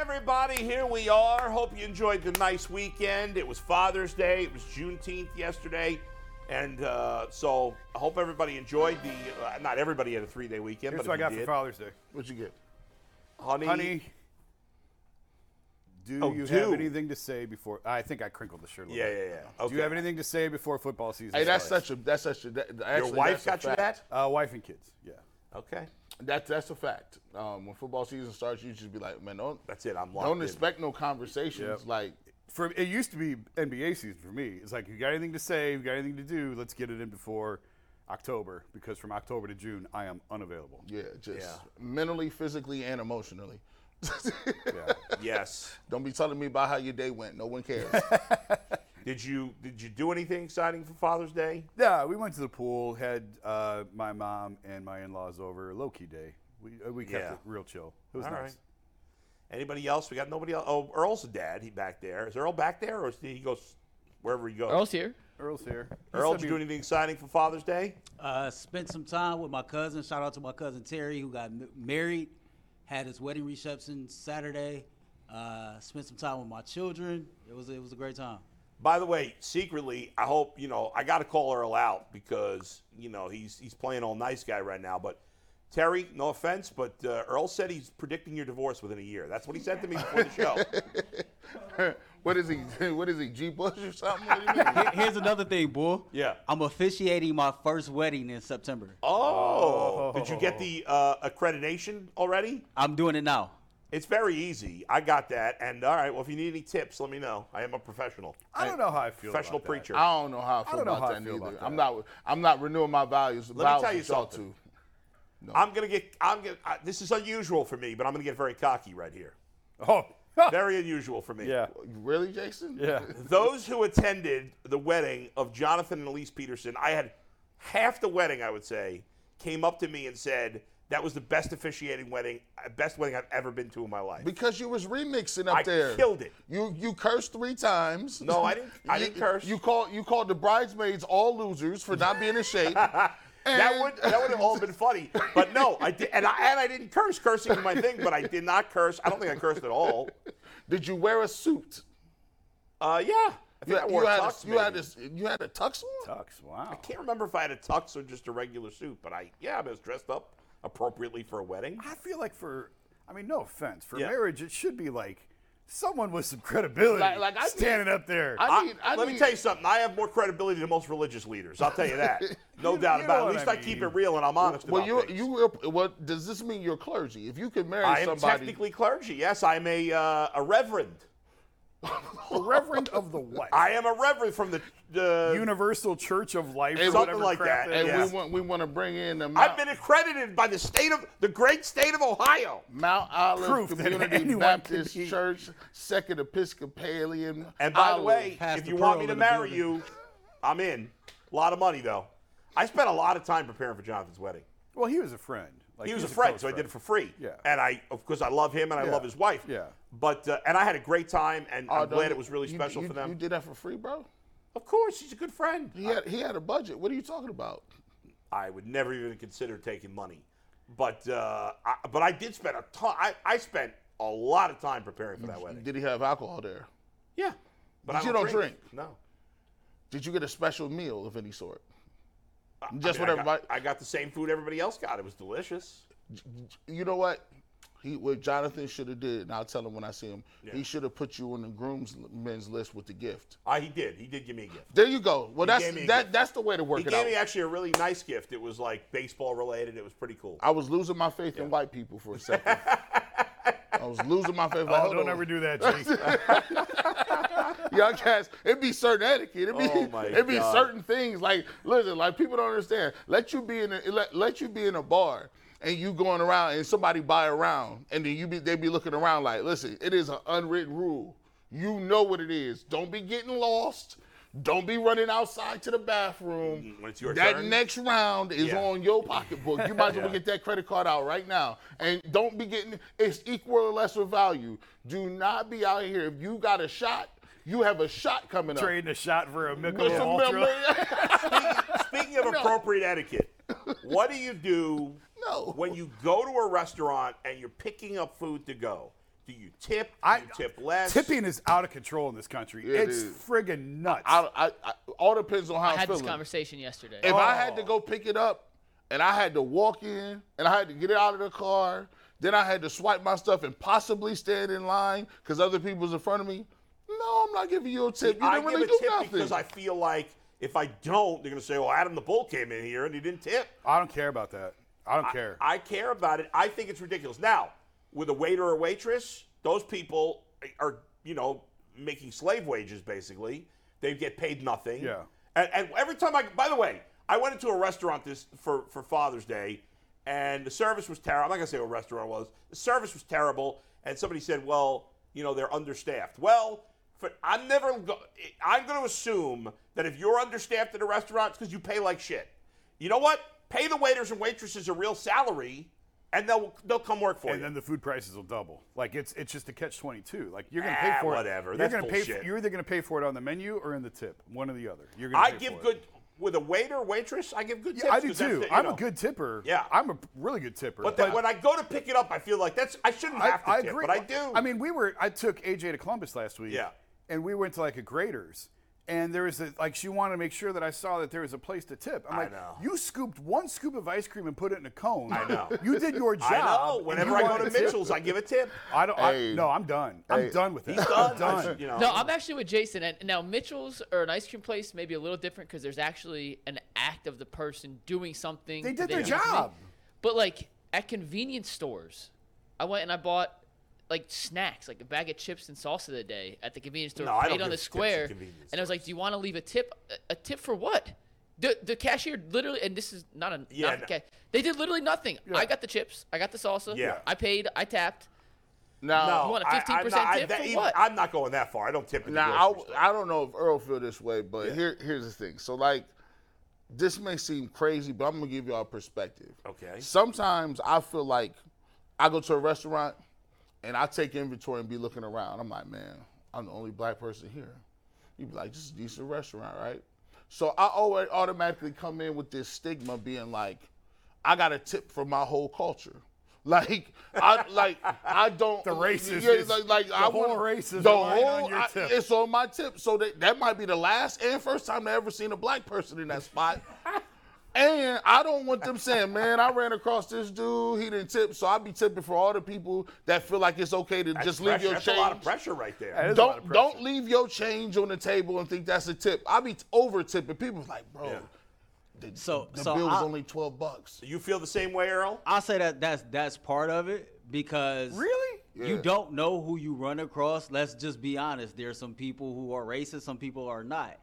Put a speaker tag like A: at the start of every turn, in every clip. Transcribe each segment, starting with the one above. A: everybody, here we are. Hope you enjoyed the nice weekend. It was Father's Day, it was Juneteenth yesterday. And uh, so I hope everybody enjoyed the. Uh, not everybody had a three day weekend,
B: Here's
A: but
B: what I
A: if you
B: got
A: did,
B: for Father's Day.
C: What'd you get?
A: honey,
B: Honey, do
A: Oh,
B: you have
A: do.
B: anything to say before? I think I crinkled the shirt a little
A: Yeah, yeah,
B: bit.
A: yeah. Okay.
B: Do you have anything to say before football season
C: Hey, that's
B: starts?
C: such a that's such a that, actually,
A: Your wife got
C: that's a
A: you
C: fact.
A: that?
B: Uh, wife and kids, yeah.
A: Okay.
C: That's that's a fact. Um, when football season starts, you just be like, man, don't
A: That's it. I'm locked
C: don't
A: in.
C: expect no
B: Yep.
C: conversations. Like
B: For It used to be NBA season for me. It's like, you got anything to say, you got anything to do, let's get it in before October, because from October to June, I am unavailable.
C: yeah, just
A: Yeah.
C: mentally, physically, and emotionally.
A: Yes.
C: Don't be telling me about how your day went. No one cares.
A: Did you did you do anything exciting for Father's Day?
B: Yeah, we went to the pool, had uh, my mom and my in laws over, low key day. We, uh, we kept
A: Yeah.
B: it real chill. It was
A: All
B: nice.
A: right. Anybody else? We got nobody else. Oh, Earl's the dad. He back there. Is Earl back there, or is he he goes wherever he goes?
D: Earl's here.
B: Earl's here.
A: Earl,
B: He
A: did
B: said
A: you do
B: we-
A: anything exciting for Father's Day?
E: Uh, spent some time with my cousin. Shout out to my cousin Terry, who got m- married, had his wedding reception Saturday. Uh, spent some time with my children. It was it was a great time.
A: By the way, secretly, I hope you know I got to call Earl out because you know he's he's playing all nice guy right now. But Terry, no offense, but uh, Earl said he's predicting your divorce within a year. That's what he said to me before the show.
C: what is he? What is he? G Bush or something? What do you mean?
E: Here- Here's another thing, boy.
A: Yeah.
E: I'm officiating my first wedding in September.
A: Oh, did you get the uh, accreditation already?
E: I'm doing it now.
A: It's very easy. I got that. And all right, well, if you need any tips, let me know. I am a professional,
B: I don't know how I feel.
A: professional
B: about that.
A: preacher.
C: I don't know how I feel
B: don't know
C: about
B: how I
C: that
B: feel
C: either.
B: about
C: I'm
B: that.
C: not. I'm not renewing my values.
A: Let me
C: vows
A: tell you
C: with y'all
A: something.
C: two.
A: I'm gonna get. I'm gonna. I, this is unusual for me, but I'm gonna get very cocky right here.
B: Oh,
A: Very unusual for me.
B: yeah.
C: Really, Jason?
B: Yeah.
A: Those who attended the wedding of Jonathan and Elise Peterson, I had half the wedding, I would say, came up to me and said that was the best officiating wedding, uh, best wedding I've ever been to in my life.
C: Because you was remixing up
A: I
C: there.
A: killed it.
C: You you cursed three times.
A: No, I didn't- I
C: You-
A: didn't curse.
C: You called you called the bridesmaids all losers for not being in shape.
A: that would that would have all been funny, but no, I did, and I and I didn't curse. Cursing is my thing, but I did not curse. I don't think I cursed at all.
C: Did you wear a suit?
A: Uh, yeah, I think I wore
C: you,
A: a
C: had
A: tux.
C: a, you had
A: maybe.
C: a you had a tux on.
B: Ducks. Wow.
A: Can't remember if I had a tux or just a regular suit, but I yeah, I was dressed up appropriately for a wedding.
B: I feel like for, I mean, no offense, for
A: Yeah.
B: marriage, it should be like someone with some credibility
C: Like- like I need-
B: standing up there.
C: I
A: I-
C: need. I
A: let
C: need,
A: me tell you something. I have more credibility than most religious leaders. I'll tell you that, no doubt
B: you
A: about
B: know
A: it. At
B: what
A: least
B: I
A: I, keep it
B: mean.
A: real and I'm honest
C: Well, you
A: about things.
C: you were- well. Does this mean you're clergy? If you could marry
A: I am
C: somebody,
A: technically clergy. Yes, I'm a uh, a reverend.
B: the Reverend of the what?
A: I am a reverend from the the.
B: Universal Church of Life, or
C: Something
B: whatever
A: like that,
B: crap that
C: and
B: is.
A: yeah.
C: we want we want to bring in the Mount,
A: I've been accredited by the state of the great state of Ohio.
C: Mount Olive
B: proof that
C: Community
B: anyone can
C: Baptist
B: be-
C: Church Second Episcopalian.
A: And by the
C: Olive.
A: way,
E: Pass
A: if
E: the
A: you want
E: pearl
A: me
E: in
A: to
E: the
A: marry
E: building.
A: you, I'm in. A lot of money though. I spent a lot of time preparing for Jonathan's wedding.
B: Well, he was a friend. Like,
A: he was a friend, so I
B: close
A: did it for free.
B: Yeah.
A: And I, of course, I love him and I
B: Yeah.
A: love his wife.
B: Yeah.
A: But uh, and I had a great time, and
C: Oh,
A: I'm
C: no,
A: glad
C: you-
A: it was really
C: you-
A: special
C: you-
A: for them.
C: You did that for free, bro.
A: Of course, he's a good friend.
C: He had he had a budget. What are you talking about?
A: I would never even consider taking money, but uh, I, but I did spend a ton. I, I spent a lot of time preparing for that wedding.
C: Did he have alcohol there?
A: Yeah. But
C: But
A: I
C: you
A: don't
C: don't
A: drink.
C: drink.
A: No.
C: Did you get a special meal of any sort?
A: I- I
C: Just
A: mean, I
C: what
A: got,
C: everybody-
A: I got the same food everybody else got. It was delicious.
C: You know what? He what Jonathan should have did, and I'll tell him when I see him. He should have put you on the groomsmen's list with the gift.
A: I, he did. He did give me a gift.
C: There you go. Well, that's
A: gave me a
C: that.
A: gift.
C: That's the way to work
A: He
C: it
A: gave
C: out.
A: me actually a really nice gift. It was like baseball related. It was pretty cool.
C: I was losing my faith in white people for a second. I was losing my faith. Like,
B: Oh,
C: hold
B: don't
C: on.
B: ever do that, Jake.
C: Y'all guys, it'd be certain etiquette. It'd be,
A: Oh, my
C: it'd be
A: God.
C: certain things. Like, listen, like people don't understand. Let you be in a let, let you be in a bar and you going around and somebody buy a round and then you be they be looking around like, listen, it is an unwritten rule. You know what it is. Don't be getting lost. Don't be running outside to the bathroom.
A: When it's your
C: that
A: turn?
C: next round is
A: Yeah.
C: on your pocketbook. You might as well
A: Yeah.
C: get that credit card out right now. And don't be getting it's equal or lesser value. Do not be out here. If you got a shot, you have a shot coming up.
B: Trading a shot for a Michelob
C: Listen,
B: Ultra.
A: Speaking of appropriate etiquette, what do you do
C: No.
A: when you go to a restaurant and you're picking up food to go? Do you tip? Do
B: I-
A: you tip less?
B: Tipping is out of control in this country.
C: it
B: it's
C: is.
B: friggin' nuts.
C: I, I, I, all depends
A: Oh,
C: on how
D: I
C: I'm
D: had this
C: feeling.
D: conversation yesterday.
C: If I had to go pick it up and I had to walk in and I had to get it out of the car, then I had to swipe my stuff and possibly stand in line because other people's in front of me. No, I'm not giving you a tip. You
A: I
C: didn't really
A: give
C: do
A: a tip
C: nothing.
A: because I feel like if I don't, they're going to say, "Well, Adam the Bull came in here and he didn't tip."
B: I don't care about that. I don't care.
A: I care about it. I think it's ridiculous. Now, with a waiter or waitress, those people are, you know, making slave wages basically. They get paid nothing.
B: Yeah.
A: And, and every time I, by the way, I went into a restaurant this for, for Father's Day, and the service was terrible. I'm not gonna say what restaurant it was. The service was terrible, and somebody said, "Well, you know, they're understaffed." Well, for, I'm never. Go, I'm gonna assume that if you're understaffed at a restaurant, it's because you pay like shit. You know what? Pay the waiters and waitresses a real salary, and they'll they'll come work for
B: and
A: you.
B: then the food prices will double. Like it's it's just a catch twenty two. Like you're gonna pay
A: Ah,
B: for
A: whatever.
B: it.
A: That's
B: you're gonna pay
A: bullshit.
B: for, you're either gonna pay for it on the menu or in the tip. One or the other. You're gonna
A: I
B: pay
A: give
B: for
A: good
B: It.
A: with a waiter waitress. I give good
B: Yeah,
A: tips.
B: I do
A: 'cause that's
B: too.
A: the- you
B: I'm
A: know.
B: a good tipper.
A: Yeah.
B: I'm a really good tipper.
A: But, then when I go to pick it up, I feel like that's I shouldn't have to tip, but I do.
B: I mean, we were. I took AJ to Columbus last week.
A: Yeah.
B: And we went to like a Graders, and there was a like she wanted to make sure that I saw that there was a place to tip. I'm like,
A: know.
B: you scooped one scoop of ice cream and put it in a cone. I
A: know.
B: You did your job.
A: I know.
B: and
A: Whenever
B: you
A: I
B: wanted
A: go to
B: tip.
A: Mitchell's, I give a tip.
B: I don't. I,
C: Hey.
B: no, I'm done. I'm
C: Hey.
B: done with that.
A: Done.
B: I'm done.
A: You know.
D: No, I'm actually with Jason. And now Mitchell's or an ice cream place may be a little different because there's actually an act of the person doing something.
B: They
D: that
B: did their
D: didn't do.
B: job.
D: But like at convenience stores, I went and I bought like snacks, like a bag of chips and salsa the day at the convenience store,
A: No, I don't
D: paid on
A: give
D: the
A: tips at
D: square.
A: convenience
D: And I was like, "Do you want to leave a tip? A, a tip for what?" The, the cashier literally, and this is not a
A: Yeah,
D: not
A: no.
D: a ca- they did literally nothing. I got the chips, I got the salsa,
A: Yeah.
D: I paid, I tapped.
C: now,
D: uh, You want a
A: I- I'm
D: 15%
A: not- I-
D: tip
A: that
D: for
A: even-
D: what?
A: I'm not going that far. I don't tip. at the grocery
C: Now,
A: store.
C: I, I don't know if Earl feel this way, but here here's the thing. So like, this may seem crazy, but I'm gonna give y'all a perspective.
A: Okay.
C: Sometimes I feel like I go to a restaurant and I take inventory and be looking around. I'm like, man, I'm the only black person here. You be like, this is a decent restaurant, right? So I always automatically come in with this stigma being like, I got a tip for my whole culture. Like I like I don't
B: The racist
C: Yeah,
B: is-
C: like, like
B: the
C: I
B: whole
C: wanna-
B: racism
C: the
B: line on
C: whole
B: your
C: I-
B: tip.
C: it's on my tip. So that that might be the last and first time I ever seen a black person in that spot. And I don't want them saying, man, I ran across this dude, he didn't tip. So I be tipping for all the people that feel like it's okay to
A: That's
C: just
A: pressure.
C: leave your
A: That's
C: change.
A: a lot of pressure right there.
B: is a lot of pressure.
C: Don't don't leave your change on the table and think that's a tip. I be over tipping. People like, bro,
A: Yeah.
C: the,
E: So-
C: the
E: so
C: bill was
E: I-
C: only twelve bucks.
A: You feel the same way, Earl?
E: I'll say that that's that's part of it because
B: Really?
E: you don't know who you run across. Let's just be honest. There are some people who are racist, some people are not,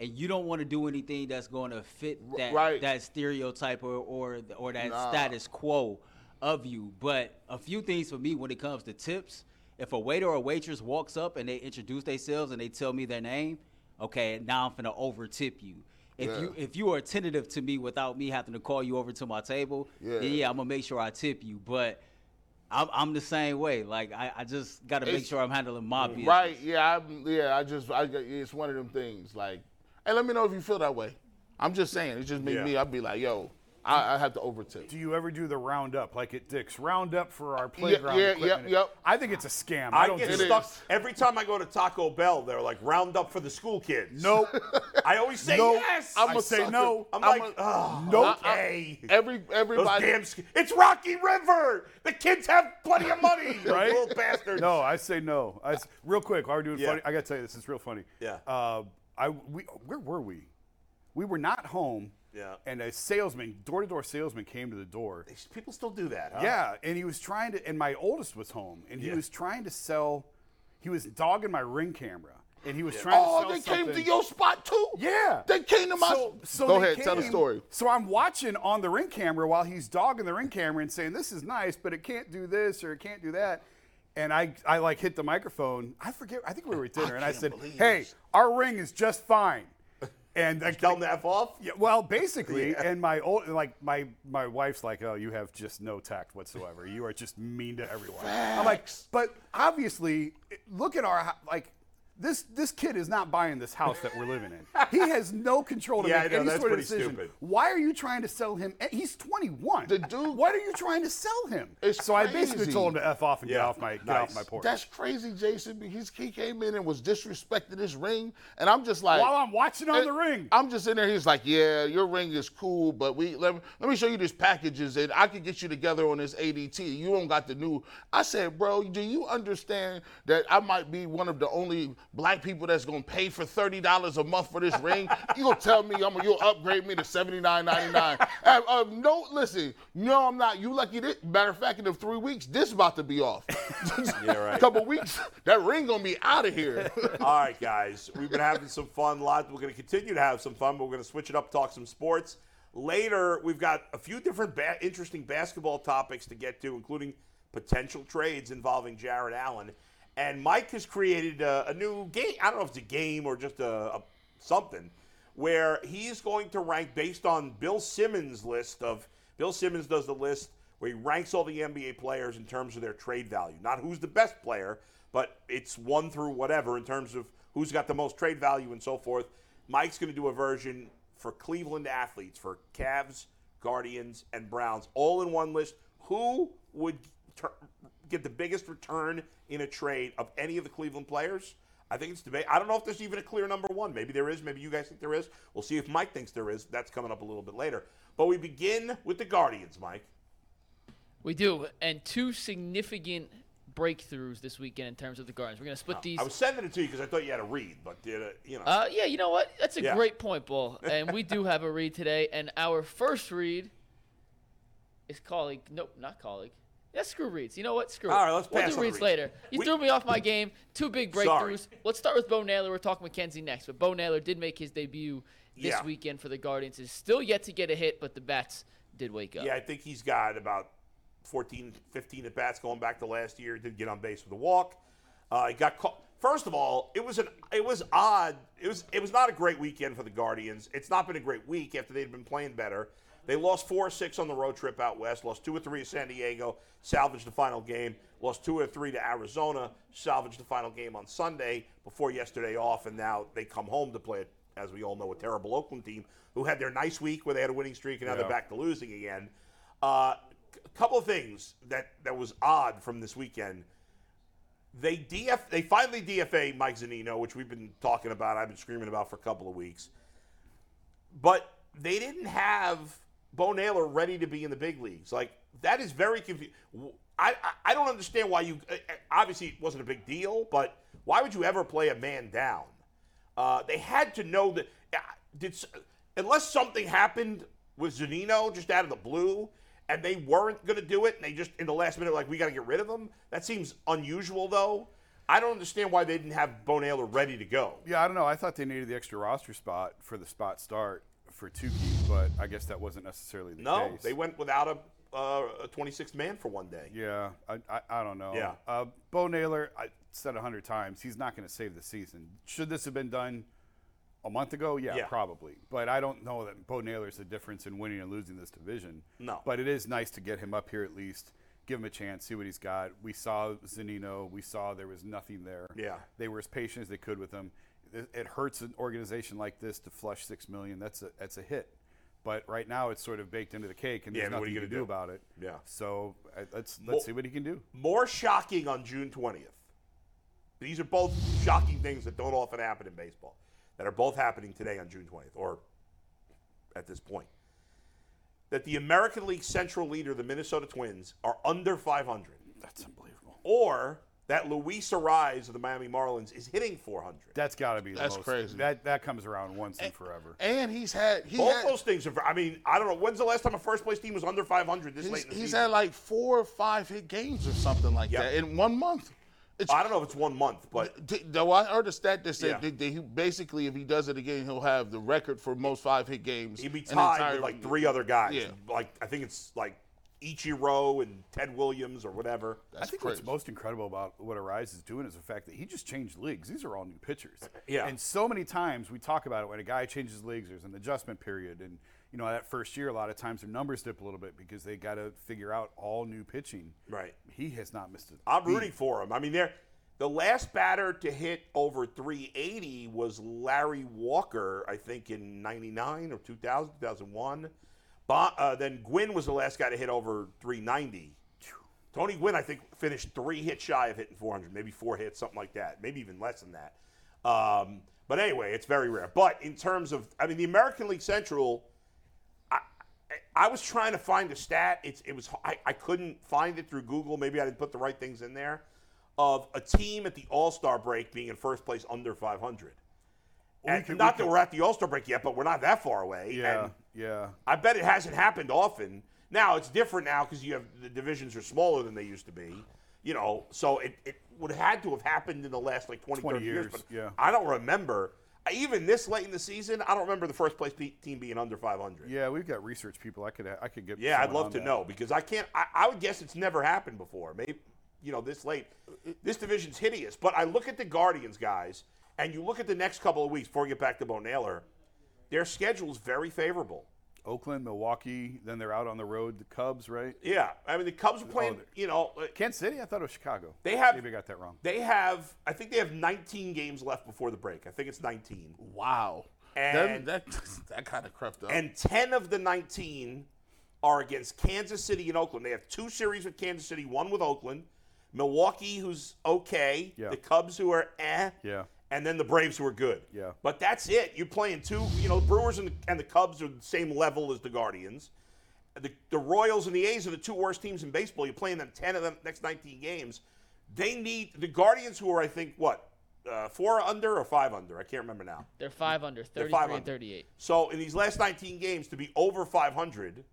E: and you don't want to do anything that's going to fit that
C: right.
E: that stereotype or or or that
C: Nah.
E: status quo of you. But a few things for me when it comes to tips. If a waiter or waitress walks up and they introduce themselves and they tell me their name, okay, now I'm finna over tip you. If you if you are tentative to me without me having to call you over to my table, yeah,
C: Yeah.
E: yeah I'm gonna make sure I tip you. But I'm, I'm the same way. Like I, I just gotta make
C: It's-
E: sure I'm handling my business.
C: Right? Yeah, I'm, yeah. I just, I, it's one of them things. Like, hey, let me know if you feel that way. I'm just saying, it just make
A: Yeah.
C: me. I'd be like, yo, I, I have to over tip.
B: Do you ever do the roundup like at Dick's? Roundup for our playground
C: yeah,
B: equipment.
C: yep, yep.
B: I think it's a scam. I,
A: I,
B: don't
A: get
B: do
C: it.
B: it.
A: stuck
C: is.
A: every time I go to Taco Bell. They're like round up for the school kids.
B: Nope.
A: I always say
B: Nope.
A: yes.
B: I'm
A: I'm,
B: gonna say no.
C: I'm
A: like,
C: a-
A: oh,
B: Nope.
D: uh,
A: okay.
C: Every
A: Those
C: everybody.
A: damn. sk- It's Rocky River. The kids have plenty of money. those
B: Right?
A: Little bastards.
B: No, I say no. I s real quick, are we doing
A: Yeah.
B: funny? I gotta tell you, this is real funny.
A: Yeah.
B: Uh, I we where were we? We were not home.
A: Yeah.
B: And a salesman, door to door salesman, came to the door.
A: People still do that. Huh?
B: Yeah, and he was trying to, and my oldest was home, and he
A: Yeah.
B: was trying to sell. He was dogging my ring camera, and he was trying to
C: Oh,
B: sell
C: they came to
B: something.
C: your spot too.
B: Yeah.
C: they came to my.
B: So, so
C: Go
B: they
C: ahead, tell the
B: came-
C: story.
B: So I'm watching on the ring camera while he's dogging the ring camera and saying, "This is nice, but it can't do this or it can't do that." And I, I like hit the microphone. I forget. I think we were at dinner, and I
C: can't
B: said,
C: believe
B: "Hey,
C: this."
B: our ring is just fine." And I
A: Tell them to F off?
B: Yeah, well, basically, and my old, like my my wife's like, "Oh, you have just no tact whatsoever. You are just mean to everyone." I'm like, "But obviously, it- look at our hou- like." This, this kid is not buying this house that we're living in. He has no control to
A: Yeah, I
B: make
A: know,
B: any
A: that's
B: sort of
A: pretty
B: decision.
A: stupid.
B: Why are you trying to sell him? a- He's 21.
C: The dude-
B: What are you trying to sell him?
C: It's
B: so I basically
C: crazy.
B: told him to f off and get
A: Yeah,
B: off my get
A: nice.
B: off my porch.
C: That's crazy, Jason. He's, he came in and was disrespecting his ring, and I'm just like,
B: While I'm watching
A: Eh,
B: on
C: And
B: the ring.
C: Eh, I'm just in there. He's like, "Yeah, your ring is cool, but we let me, let me show you these packages, and I could get you together on this ADT. You don't got the new." I said, "Bro, do you understand that I might be one of the only black people that's gonna pay for thirty dollars a month for this ring? You gonna tell me I'm you'll upgrade me to seventy nine ninety nine? Um, no, listen, no, I'm not. You lucky. This, matter of fact, in the three weeks, this about to be off. yeah,
A: right.
C: Couple weeks, that ring gonna be out of here.
A: All right, guys. We've been having some fun. Lot. We're going to continue to have some fun. But we're going to switch it up, talk some sports. Later, we've got a few different ba- interesting basketball topics to get to, including potential trades involving Jared Allen. And Mike has created a, a new game. I don't know if it's a game or just a, a something where he's going to rank based on Bill Simmons' list of Bill Simmons does the list where he ranks all the NBA players in terms of their trade value. Not who's the best player, but it's one through whatever in terms of who's got the most trade value and so forth. Mike's going to do a version for Cleveland athletes, for Cavs, Guardians, and Browns, all in one list. Who would tur get the biggest return in a trade of any of the Cleveland players? I think it's debate. I don't know if there's even a clear number one. Maybe there is. Maybe you guys think there is. We'll see if Mike thinks there is. That's coming up a little bit later. But we begin with the Guardians, Mike.
D: We do, and two significant breakthroughs this weekend in terms of the Guardians. We're gonna split these.
A: I was sending it to you because I thought you had a read, but did it, you know?
D: Uh, yeah, you know what? That's a
A: Yeah.
D: great point, Bull. And we do have a read today, and our first read is colleague. Nope, not colleague. Yeah, screw reads. You know what? Screw. it.
A: All right, let's pass
D: We'll
A: on
D: do
A: the
D: reads
A: reads.
D: later. You
A: We-
D: threw me off my game. Two big breakthroughs.
A: Sorry.
D: Let's start with Bo Naylor. We're talking McKenzie next, but Bo Naylor did make his debut this
A: Yeah.
D: weekend for the Guardians. Is still yet to get a hit, but the bats did wake up.
A: yeah, I think he's got about 14, 15 at bats going back to last year. Did get on base with a walk. Uh, he got caught. First of all, it was an it was odd. It was it was not a great weekend for the Guardians. It's not been a great week after they'd been playing better. They lost four or six on the road trip out west. Lost two or three to San Diego. Salvaged the final game. Lost two or three to Arizona. Salvaged the final game on Sunday before yesterday off, and now they come home to play, as we all know, a terrible Oakland team who had their nice week where they had a winning streak, and now they're
B: Yeah.
A: back back to losing again. Uh, c- a couple of things that that was odd from this weekend. They DF they finally DFA Mike Zanino, which we've been talking about. I've been screaming about for a couple of weeks. But they didn't have Bo Naylor ready to be in the big leagues. Like that is very confusing. I, I I don't understand why you. uh, uh, Obviously, it wasn't a big deal, but why would you ever play a man down? Uh, they had to know that. Uh, did s- unless something happened with Zanino just out of the blue, and they weren't going to do it, and they just in the last minute like we got to get rid of him. That seems unusual, though. I don't understand why they didn't have Bo Naylor ready to go.
B: Yeah, I don't know. I thought they needed the extra roster spot for the spot start for Tukey, but I guess that wasn't necessarily the
A: No,
B: case.
A: they went without a, uh, a 26th man for one day.
B: Yeah, I, I, I don't know.
A: Yeah.
B: Uh, Bo Naylor, I said a hundred times, he's not going to save the season. Should this have been done a month ago? Yeah,
A: Yeah.
B: probably. But I don't know that Bo Naylor's the difference in winning and losing this division.
A: No.
B: But it is nice to get him up here at least, give him a chance, see what he's got. We saw Zanino. We saw there was nothing there.
A: Yeah.
B: They were as patient as they could with him. It, it hurts an organization like this to flush six million. That's a that's a hit. But right now it's sort of baked into the cake, and
A: Yeah, I
B: there's
A: mean, what are
B: nothing
A: you
B: you can
A: gonna
B: do
A: do?
B: about it.
A: Yeah.
B: So uh, let's let's
A: Well-
B: see what he can do.
A: More shocking on June 20th. These are both shocking things that don't often happen in baseball, that are both happening today on June 20th, or at this point. That the American League Central leader, the Minnesota Twins, are under 500,
B: That's unbelievable.
A: or that Luis Ariz of the Miami Marlins is hitting 400.
B: That's got to be the
C: That's
B: most-
C: crazy. Eh,
B: That that comes around once in forever.
C: and he's had he
A: both
C: had,
A: those things are. I mean, I don't know. When's the last time a first place team was under 500 this late
C: He's,
A: in the
C: he's
A: season?
C: had like four or five hit games or something like
A: Yep.
C: that in one month. It's
A: I don't know if it's one month, but
C: D- Though I heard a stat that said
A: Yeah.
C: that, that he basically, if he does it again, he'll have the record for most five hit games.
A: he'd be
C: an
A: tied
C: entire-
A: with like three other guys.
C: Yeah.
A: Like I think it's like Ichiro and Ted Williams or whatever.
B: I
C: That's
B: think
C: crazy.
B: what's most incredible about what Arise is doing is the fact that he just changed leagues. These are all new pitchers.
A: Yeah.
B: And so many times we talk about it when a guy changes leagues, there's an adjustment period. And, you know, that first year, a lot of times their numbers dip a little bit because they got to figure out all new pitching.
A: Right.
B: He has not missed it.
A: I'm rooting for him. I mean, they're the last batter to hit over 380 was Larry Walker, I think in 99 or 2000, 2001. Ba- uh, then Gwynn was the last guy to hit over 390. Tony Gwynn, I think, finished three hits shy of hitting 400, maybe four hits, something like that, maybe even less than that. Um, but anyway, it's very rare. But in terms of, I mean, the American League Central, I was trying to find a stat. It's it was I, I couldn't find it through Google. Maybe I didn't put the right things in there. Of a team at the All Star break being in first place under 500. And not
B: could- we
A: that
B: could-
A: we're at the All Star break yet, but we're not that far away.
B: Yeah.
A: And
B: yeah.
A: I bet it hasn't happened often. Now it's different now because you have the divisions are smaller than they used to be. You know, so it, it would have had to have happened in the last like 20,
B: 20
A: 30 years.
B: years,
A: But
B: yeah.
A: I don't remember. Even this late in the season, I don't remember the first place pe- team being under 500.
B: Yeah, we've got research people. I could I could get.
A: Yeah, I'd
B: someone
A: love
B: on
A: to
B: that.
A: know because I can't. I, I would guess it's never happened before. Maybe you know this late. This division's hideous. But I look at the Guardians guys, and you look at the next couple of weeks before we get back to Bo Naylor. Their schedule's very favorable.
B: Oakland, Milwaukee. Then they're out on the road. The Cubs, right?
A: Yeah, I mean the Cubs are playing.
B: they're-
A: You know, uh,
B: Kansas City. I thought it was Chicago.
A: They have-
B: Maybe I got that wrong.
A: they have. I think they have 19 games left before the break. I think it's 19,
C: Wow.
A: And-
C: that that, that kind of crept up.
A: and 10 of the 19 are against Kansas City and Oakland. They have two series with Kansas City, one with Oakland, Milwaukee, who's okay,
B: Yeah.
A: the Cubs, who are eh,
B: Yeah.
A: and then the Braves who are good.
B: Yeah.
A: But that's it. You're playing two. You know, the Brewers and the, and the Cubs are the same level as the Guardians. The, the Royals and the A's are the two worst teams in baseball. You're playing them 10 of the next 19 games. They need the Guardians, who are, I think, what, uh, four under or five under? I can't remember now.
D: They're five under, 33
A: five
D: and
A: under.
D: 38.
A: So in these last 19 games, to be over 500,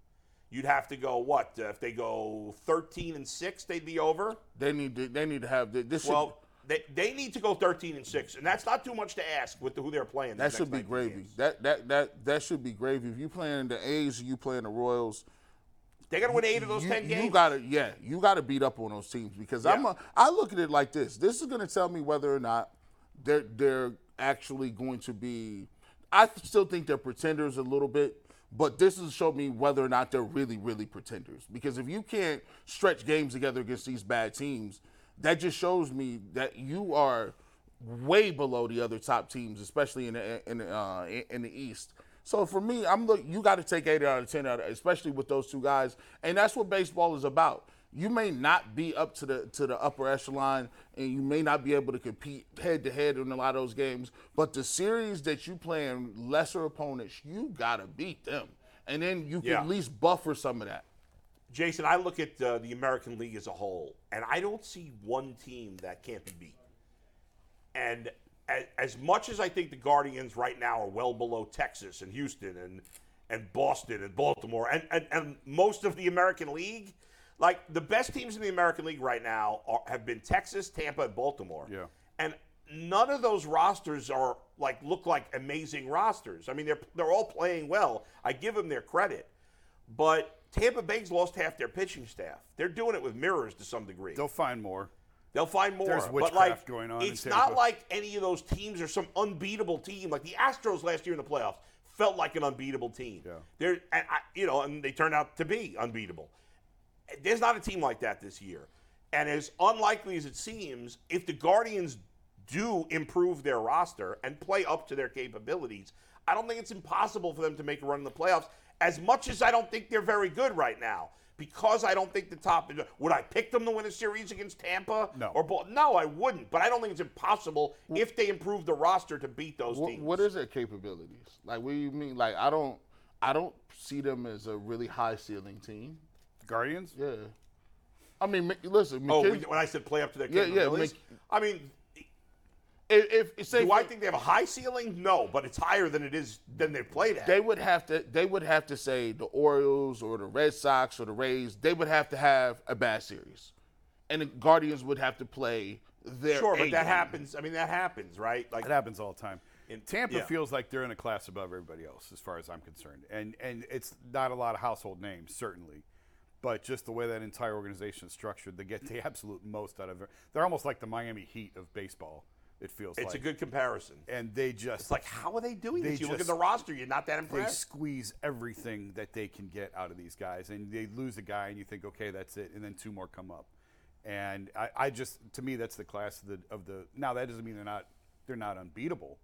A: you'd have to go what? Uh, if they go 13 and six, they'd be over.
C: they need to they need to have th- this. Should,
A: Well, they, they need to go 13 and six, and that's not too much to ask with the, who they're playing.
C: that
A: these
C: should be
A: next 19
C: gravy.
A: games.
C: That that that that should be gravy. If you playing the A's, you playing the Royals.
A: They got to win eight of those
C: you,
A: 10 games.
C: You gotta, yeah, you gotta beat up on those teams because I'm
A: Yeah.
C: a, I look at it like this. This is gonna tell me whether or not they're they're actually going to be. I still think they're pretenders a little bit, but this has showed me whether or not they're really, really pretenders. Because if you can't stretch games together against these bad teams, that just shows me that you are way below the other top teams, especially in the in the, uh, in the East. So for me, I'm look. You got to take eight out of ten out, of, especially with those two guys, and that's what baseball is about. You may not be up to the to the upper echelon, and you may not be able to compete head to head in a lot of those games. But the series that you playing lesser opponents, you gotta beat them, and then you can
A: Yeah.
C: at least buffer some of that.
A: Jason, I look at uh, the American League as a whole, and I don't see one team that can't be beat. And as, as much as I think the Guardians right now are well below Texas and Houston and and Boston and Baltimore and, and, and most of the American League, like the best teams in the American League right now are, have been Texas, Tampa, and Baltimore.
B: Yeah.
A: And none of those rosters are like look like amazing rosters. I mean, they're they're all playing well. I give them their credit, but Tampa Bay's lost half their pitching staff. They're doing it with mirrors to some degree.
B: They'll find more.
A: They'll find more.
B: There's
A: but
B: witchcraft
A: like,
B: going on in
A: it's
B: Tampa.
A: not like any of those teams are some unbeatable team. Like the Astros last year in the playoffs felt like an unbeatable team.
B: Yeah.
A: They're, and I, you know, and they turned out to be unbeatable. There's not a team like that this year. And as unlikely as it seems, if the Guardians do improve their roster and play up to their capabilities, I don't think it's impossible for them to make a run in the playoffs. As much as I don't think they're very good right now, because I don't think the top would I pick them to win a series against Tampa
B: No.
A: or Bal- no, I wouldn't. But I don't think it's impossible if they improve the roster to beat those
C: What,
A: teams.
C: what is their capabilities? Like, what do you mean? Like, I don't, I don't see them as a really high ceiling team.
B: The Guardians.
C: Yeah, I mean, Mi- listen,
A: Oh,
C: McKin-
A: when I said play up to their
C: Yeah, yeah,
A: capabilities,
C: make-
A: I mean,
C: if, if say
A: do I
C: for-
A: think they have a high ceiling? No, but it's higher than it is than they played at.
C: they would have to they would have to say the Orioles or the Red Sox or the Rays, they would have to have a bad series. And the Guardians would have to play their
A: Sure, but
C: age.
A: that happens. I mean, that happens, right? Like
B: It happens all the time.
A: In-
B: Tampa
A: yeah.
B: feels like they're in a class above everybody else, as far as I'm concerned, and and it's not a lot of household names, certainly, but just the way that entire organization is structured, they get the absolute most out of it. They're almost like the Miami Heat of baseball. It feels
A: it's
B: like
A: a good comparison.
B: and they just
A: It's like, how are they doing
B: They
A: this? You look at
B: just-
A: the roster, you're not that
B: they
A: impressed.
B: squeeze everything that they can get out of these guys, and they lose a guy, and you think, okay, that's it, and then two more come up, and I, I just, to me, that's the class of the, of the. Now that doesn't mean they're not they're not unbeatable,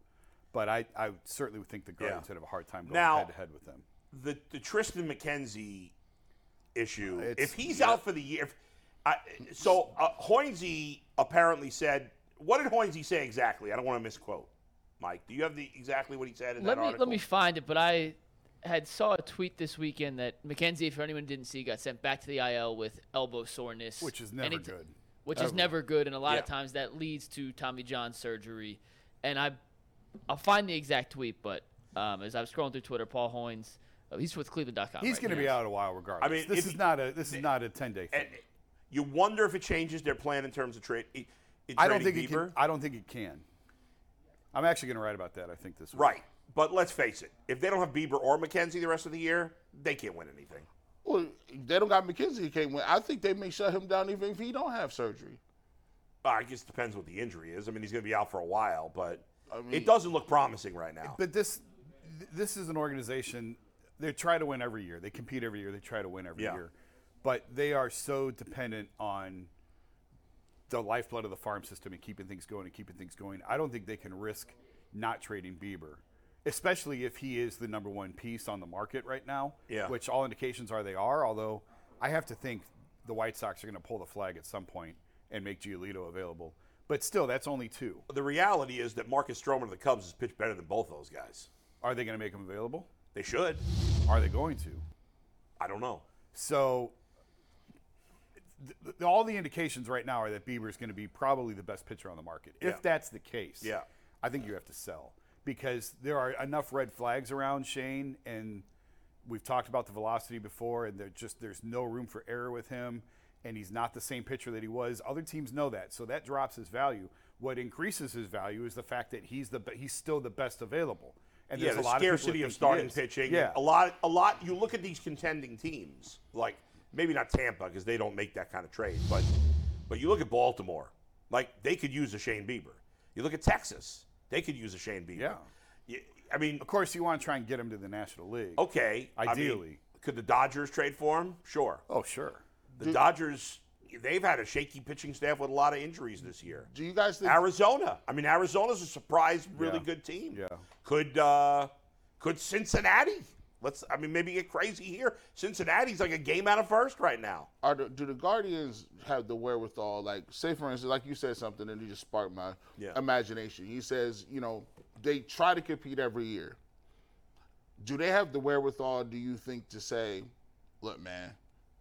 B: but I, I certainly would think the Guardians would have a hard time going
A: Now-
B: head to head with them.
A: the the Tristan McKenzie issue.
B: It's-
A: if he's out for the year, if, I, so uh, Hoinsey apparently said. What did Hoinsey say exactly? I don't want to misquote. Mike, do you have the exactly what he said in
D: let
A: that
D: me
A: article?
D: let me find it. But I had saw a tweet this weekend that McKenzie, for anyone who didn't see, got sent back to the IL with elbow soreness,
B: Which is never
D: Any-
B: good.
D: Which is never good, and a lot of
A: Yeah.
D: times that leads to Tommy John surgery. And I, I'll find the exact tweet, but um, as I was scrolling through Twitter, Paul Hoynes, oh, he's with Cleveland.com.
B: He's
D: right
B: going to
D: now.
B: be out a while regardless.
A: I mean,
B: this
A: if
B: is
A: he-
B: not a this is not a ten day thing.
A: and you wonder if it changes their plan in terms of trade. in
B: I don't
A: trading
B: think it
A: Bieber.
B: can. I don't think it can. I'm actually going to write about that. I think this week.
A: right, but let's face it: if they don't have Bieber or McKenzie the rest of the year, they can't win anything.
C: Well, they don't got McKenzie. He can't win. I think they may shut him down even if he don't have surgery.
A: Uh, I guess it depends what the injury is. I mean, he's going to be out for a while, but
C: mean-
A: it doesn't look promising right now.
B: But this th- this is an organization. They try to win every year. They compete every year. They try to win every
A: Yeah.
B: year. But they are so dependent on the lifeblood of the farm system and keeping things going and keeping things going. I don't think they can risk not trading Bieber, especially if he is the number one piece on the market right now.
A: Yeah.
B: Which all indications are they are. Although I have to think the White Sox are going to pull the flag at some point and make Giolito available. But still, that's only two.
A: the reality is that Marcus Stroman of the Cubs has pitched better than both those guys.
B: Are they going to make him available?
A: They should.
B: Are they going to?
A: I don't know.
B: So th- th- all the indications right now are that Bieber is going to be probably the best pitcher on the market. If
A: Yeah.
B: that's the case,
A: Yeah.
B: I think you have to sell because there are enough red flags around Shane, and we've talked about the velocity before, and there just there's no room for error with him, and he's not the same pitcher that he was. Other teams know that, so that drops his value. What increases his value is the fact that he's the be- he's still the best available. And
A: yeah,
B: there's
A: the
B: a lot
A: scarcity
B: of, people
A: of
B: that think
A: starting
B: he is.
A: pitching.
B: Yeah,
A: A lot. A lot. You look at these contending teams, like maybe not Tampa because they don't make that kind of trade, but but you look at Baltimore, like they could use a Shane Bieber. You look at Texas, they could use a Shane Bieber.
B: Yeah.
A: Y- I mean,
B: Of course, you want to try and get him to the National League.
A: okay. I mean,
B: Ideally.
A: could the Dodgers trade for him? Sure.
B: Oh, sure.
A: The Dodgers, they've had a shaky pitching staff with a lot of injuries this year.
C: Do you guys think?
A: Arizona. I mean, Arizona's a surprise, really
B: Yeah.
A: good team.
B: Yeah.
A: Could uh, could Cincinnati? Let's. I mean, maybe get crazy here. Cincinnati's like a game out of first right now.
C: Are the, do the Guardians have the wherewithal? Like, say for instance, like you said something, and you just sparked my
A: Yeah.
C: imagination. He says, you know, they try to compete every year. Do they have the wherewithal? Do you think to say, look, man,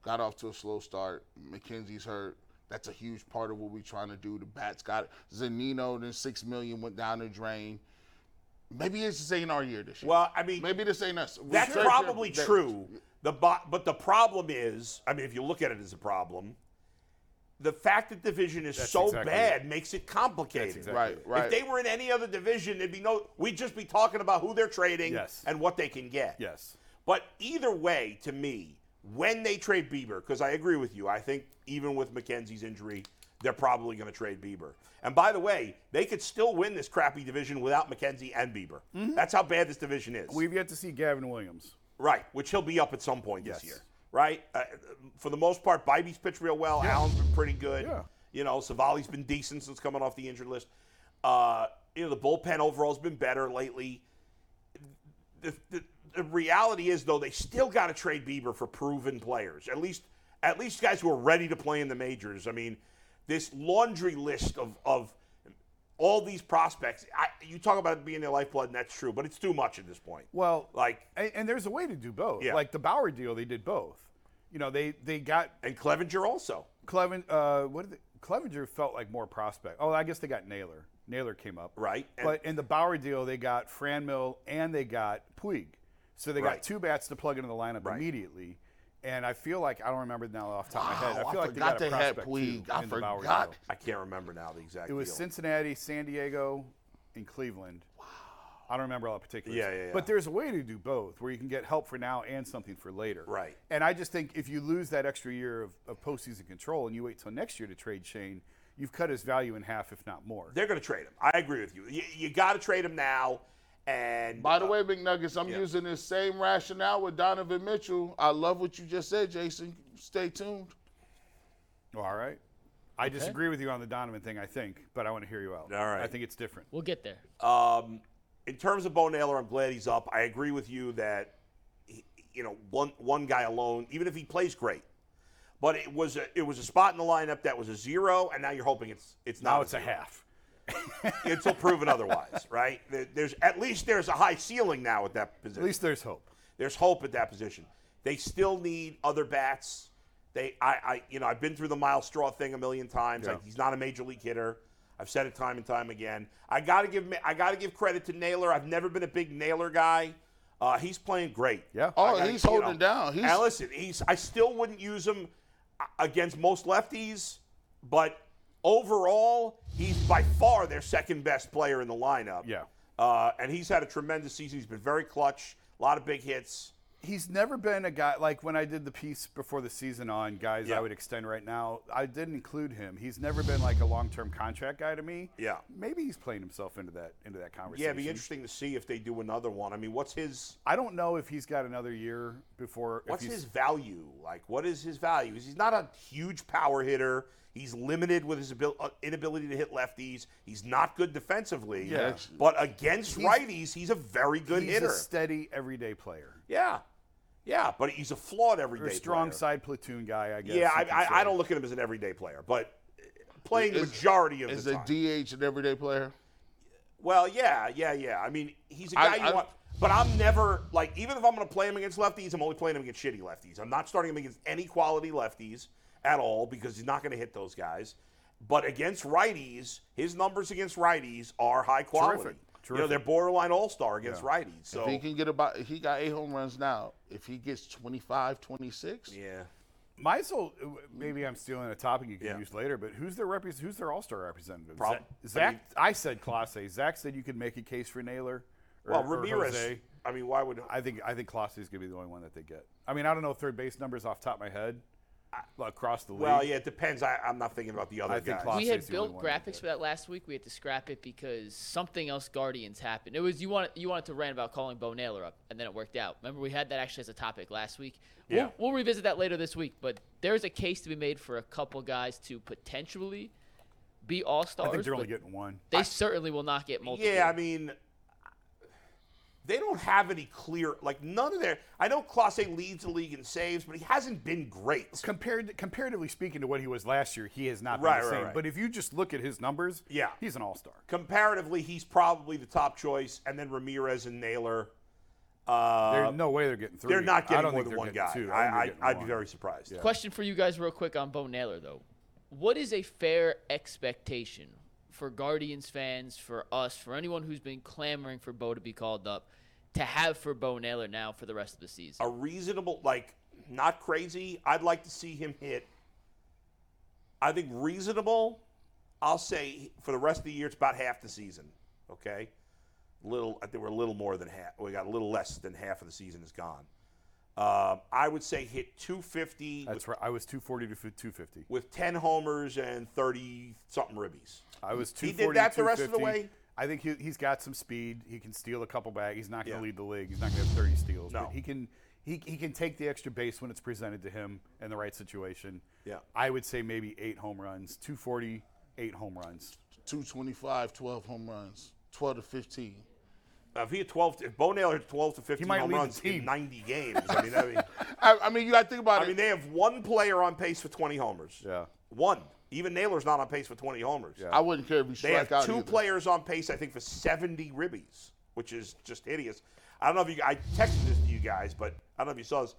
C: got off to a slow start. McKenzie's hurt. That's a huge part of what we're trying to do. The bats got it. Zanino, then six million went down the drain. Maybe it's just ain't our year this year.
A: Well, I mean,
C: maybe this ain't us. We're
A: that's
C: straight-
A: probably
C: that-
A: true. The bo- but the problem is, I mean, if you look at it as a problem, the fact that division is so
B: exactly
A: bad makes it complicated.
B: exactly
C: Right, right.
A: If they were in any other division, there'd be no. We'd just be talking about who they're trading
B: Yes.
A: and what they can get.
B: Yes.
A: But either way, to me, when they trade Bieber, because I agree with you, I think even with McKenzie's injury, they're probably going to trade Bieber. And by the way, they could still win this crappy division without McKenzie and Bieber. That's how bad this division is.
B: We've yet to see Gavin Williams.
A: right, which he'll be up at some point
B: Yes.
A: this year. Right? Uh, for the most part, Bybee's pitched real well. Allen's been pretty good.
B: Yeah.
A: You know, Savali's been decent since coming off the injured list. Uh, you know, the bullpen overall has been better lately the, the, the reality is though they still got to trade Bieber for proven players. At least at least guys who are ready to play in the majors. I mean, this laundry list of of all these prospects. I, you talk about it being their lifeblood, and that's true, but it's too much at this point.
B: Well,
A: Like-
B: and, and there's a way to do both.
A: Yeah.
B: Like the Bauer deal, they did both. You know, they they got
A: and Clevenger also.
B: Cleven. Uh, what did they, Clevenger felt like more prospect? Oh, I guess they got Naylor. Naylor came up.
A: Right, and-
B: but in the Bauer deal, they got Franmil and they got Puig. So they
A: Right.
B: got two bats to plug into the lineup immediately. And I feel like I don't remember now off the top of my head.
C: Wow,
B: I feel
C: I
B: like they got
C: forgot
B: a
C: they had
B: prospect, too,
C: Puig. I
B: in the Bowery
C: forgot.
B: deal.
A: I can't remember now the exact.
B: It was
A: deal.
B: Cincinnati, San Diego, and Cleveland. Wow. I don't remember all the particulars.
A: Yeah, yeah, yeah.
B: But there's a way to do both where you can get help for now and something for later.
A: Right.
B: And I just think if you lose that extra year of, of postseason control and you wait till next year to trade Shane, you've cut his value in half, if not more.
A: They're going to trade him. I agree with you. You, you got to trade him now. And
C: By the way, McNuggets, I'm
A: yeah.
C: using this same rationale with Donovan Mitchell. I love what you just said, Jason. Stay tuned.
B: All right. I disagree with you on the Donovan thing, I think, but I want to hear you out.
A: All right.
B: I think it's different.
D: We'll get there.
A: Um, in terms of Bo Naylor, I'm glad he's up. I agree with you that he- you know one one guy alone, even if he plays great, but it was a it was a spot in the lineup that was a zero, and now you're hoping it's it's not
B: Now it's a
A: zero.
B: half.
A: until proven otherwise, right? There- There's at least there's a high ceiling now at that position.
B: At least there's hope.
A: There's hope at that position. They still need other bats. They, I, I, you know, I've been through the Miles Straw thing a million times. Like he's not a major league hitter. I've said it time and time again. I gotta give, Ma- I gotta give credit to Naylor. I've never been a big Naylor guy. Uh, he's playing great.
B: Yeah.
C: Oh,
A: I gotta-
C: he's
A: you
C: holding down. He's-
A: and listen, he's. I still wouldn't use him uh, against most lefties, but overall, he's by far their second best player in the lineup.
B: Yeah.
A: Uh, and he's had a tremendous season. He's been very clutch. A lot of big hits.
B: he's never been a guy like when I did the piece before the season on guys
A: Yeah.
B: I would extend right now. I didn't include him. He's never been like a long-term contract guy to me.
A: Yeah.
B: Maybe he's playing himself into that into that conversation.
A: Yeah, it'd be interesting to see if they do another one. I mean, what's his
B: I don't know if he's got another year before.
A: what's
B: if he's,
A: his value? Like, what is his value? He's not a huge power hitter. He's limited with his abil- uh, inability to hit lefties. He's not good defensively.
B: Yeah.
A: But against
B: He's-
A: righties, he's a very good
B: he's
A: hitter.
B: a steady everyday player.
A: yeah. Yeah, but he's a flawed
B: Or a
A: everyday
B: strong
A: player.
B: side platoon guy, I guess.
A: Yeah, I,
B: you could say.
A: I, I don't look at him as an everyday player, but playing the
C: Is-
A: majority of
C: Is
A: the
C: a
A: time.
C: DH an everyday player?
A: Well, yeah, yeah, yeah. I mean, he's a
C: I-
A: guy you
C: I-
A: want. But I'm never like, even if I'm going to play him against lefties, I'm only playing him against shitty lefties. I'm not starting him against any quality lefties at all because he's not going to hit those guys. But against righties, his numbers against righties are high quality.
B: Terrific,
A: You know,
B: terrific.
A: they're borderline all star against righties. So
C: If he can get about, he got eight home runs now. If he gets 25, 26,
A: yeah,
B: Might as well. uh, Maybe I'm stealing a topic you can
A: Yeah.
B: use later, but who's their repre- Who's their All Star representative?
A: Prob-
B: Zach.
A: I
B: Zach-
A: mean-
B: I said Class A. Zach said you could make a case for Naylor. Or,
A: well,
B: or
A: Ramirez.
B: Jose.
A: I mean, why would
B: I think I think Klossy is going to be the only one that they get. I mean, I don't know third base numbers off the top of my head like, across the league.
A: well, yeah, it depends. I, I'm not thinking about the other
B: I think
A: guys.
B: I'll
D: we
B: say
D: had
B: it's the only
D: built
B: one that
D: graphics for that last week. We had to scrap it because something else Guardians happened. It was you wanted you wanted to rant about calling Bo Naylor up, and then it worked out. Remember, we had that actually as a topic last week.
A: Yeah.
D: We'll, we'll revisit that later this week. But there's a case to be made for a couple guys to potentially be all
B: I
D: stars.
B: think they're only getting one.
D: they certainly will not get multiple.
A: Yeah, I mean, they don't have any clear like none of their. I know Classe leads the league in saves, but he hasn't been great.
B: Compared comparatively speaking to what he was last year, he has not been
A: Right,
B: the
A: right,
B: same.
A: right.
B: But if you just look at his numbers,
A: Yeah.
B: he's an all star.
A: Comparatively, he's probably the top choice, and then Ramirez and Naylor. Uh,
B: There's
A: they're,
B: no way they're getting three.
A: not
B: I
A: getting
B: don't
A: more
B: think
A: than
B: they're
A: one guy.
B: getting Two. I
A: I,
B: think they're
A: I, I'd
B: getting
A: be
B: one.
A: very surprised.
D: Question for you guys, real quick, on Bo Naylor, though. What is a fair expectation for Guardians fans, for us, for anyone who's been clamoring for Bo to be called up, to have for Bo Naylor now for the rest of the season?
A: A reasonable, like not crazy. I'd like to see him hit. I think reasonable. I'll say for the rest of the year, it's about half the season. Okay, little. I think we're a little more than half. We got a little less than half of the season is gone. Um, I would say hit 250 with,
B: That's right. I was 240 to 250.
A: with 10 homers and 30 something ribbies.
B: I was
A: He did
B: 240
A: that the rest of the
B: 250.
A: way?
B: I think he, he's got some speed. He can steal a couple bags. He's not going
A: Yeah.
B: to lead the league. He's not going to have 30 steals.
A: No.
B: But he can he, he can take the extra base when it's presented to him in the right situation.
A: Yeah.
B: I would say maybe eight home runs, 240, eight home runs.
C: 225, 12 home runs, 12 to 15.
A: Now, if he had 12, if Bo Naylor had 12 to 15
B: might
A: home
B: lead the
A: runs in
B: team.
A: 90 games, I mean, I mean,
C: I, I mean, you got to think about
A: I
C: it.
A: mean, they have one player on pace for 20 homers.
B: Yeah.
A: One. Even Naylor's not on pace for 20 homers.
B: Yeah.
C: I wouldn't care if you
A: They
C: strike
A: have
C: out.
A: two
C: either.
A: players on pace, I think, for 70 ribbies, which is just hideous. I don't know if you, I texted this to you guys, but I don't know if you saw this.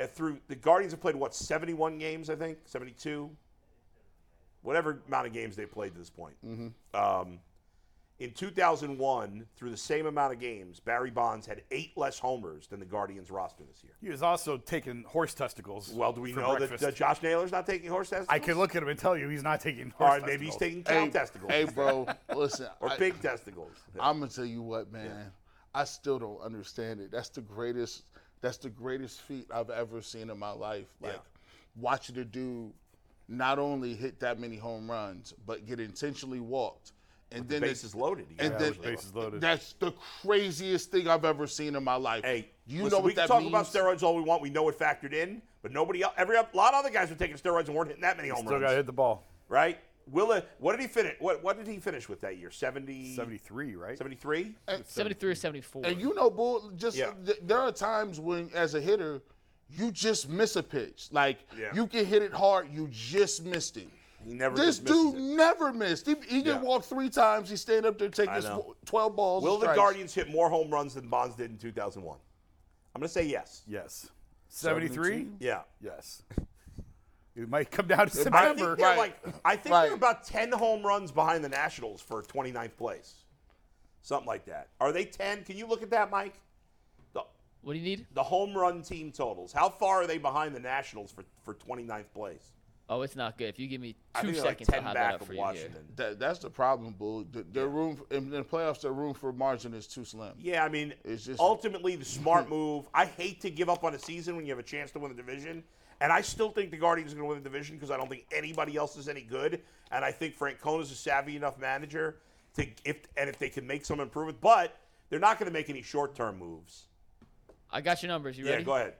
A: Uh, through the Guardians have played what 71 games, I think
C: Mm-hmm.
A: 72, whatever amount of games they played to this point. Um, In 2001, through the same amount of games, Barry Bonds had eight less homers than the Guardians roster this year.
B: He was also taking horse testicles.
A: Well, do we
B: for
A: know that,
B: breakfast.
A: that Josh Naylor's not taking horse testicles?
B: I can look at him and tell you he's not taking
A: All
B: horse
A: right, maybe he's
B: testicles.
A: taking cow testicles
C: Hey, bro, listen.
A: or
C: I-
A: pig testicles.
C: I'm gonna tell you what, man. I still don't understand it. That's the greatest. That's the greatest feat I've ever seen in my life. Like watching a dude not only hit that many home runs, but get intentionally walked, and then
A: Base is loaded. You
C: and
A: guys
C: then
A: are
B: bases loaded.
C: That's the craziest thing I've ever seen in my life.
A: Hey,
C: you
A: listen,
C: know what
A: we can
C: that
A: talk
C: means?
A: about steroids all we want. We know it factored in, but nobody else. Every a lot of other guys were taking steroids and weren't hitting that many home
B: Still
A: runs.
B: got to hit the ball.
A: Right? Willa, what did he finish? What What did he finish with that year? 70,
B: 73, right?
A: 73?
D: 73 or 74.
C: And you know, bull. Just
A: Yeah.
C: th- there are times when, as a hitter, you just miss a pitch. Like
A: Yeah.
C: you can hit it hard, you just missed it.
A: He never
C: This
A: just misses
C: dude
A: it.
C: never missed. He, he
A: Yeah.
C: get walked three times. He stand up there, take
A: I
C: his
A: know.
C: tw- twelve balls.
A: Will
C: and
A: the
C: strikes.
A: Guardians hit more home runs than Bonds did in 2001? I'm going to say yes.
B: Yes. 73?
A: Yeah.
B: Yes. It might come down to
A: I think
B: September.
A: they're
C: Right.
A: like I think
C: Right.
A: they're about 10 home runs behind the Nationals for 29th place. Something like that. Are they 10? Can you look at that, Mike? The,
D: what do you need?
A: the home run team totals. How far are they behind the Nationals for, for 29th place?
D: Oh, it's not good. If you give me
A: I
D: two
A: think they're
D: seconds,
A: like 10
D: I'll have that
A: back
D: up
A: of
D: for you here.
A: Washington.
C: That, that's the problem, bull. The, their room in the playoffs, their room for margin is too slim.
A: Yeah, I mean,
C: It's just-
A: ultimately the smart move. I hate to give up on a season when you have a chance to win the division, and I still think the Guardians are going to win the division because I don't think anybody else is any good, and I think Francona is a savvy enough manager to if and if they can make some improvement, but they're not going to make any short-term moves.
D: I got your numbers. You
A: Yeah,
D: ready?
A: go ahead.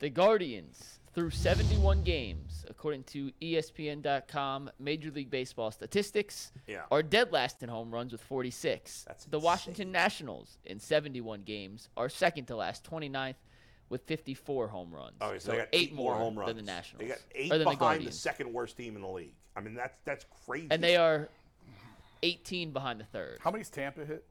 D: The Guardians, through 71 games, according to E ESPN.com Major League Baseball statistics,
A: Yeah.
D: are dead last in home runs with 46.
A: That's
D: the
A: insane.
D: Washington Nationals, in 71 games, are second to last, 29th, with 54 home runs.
A: Okay, so, they got
D: eight more
A: home runs
D: than the Nationals.
A: They got eight
D: or than the
A: behind the,
D: Guardians.
A: second worst team in the league. I mean, that's that's crazy.
D: And they are 18 behind the third.
B: How many's Tampa hit?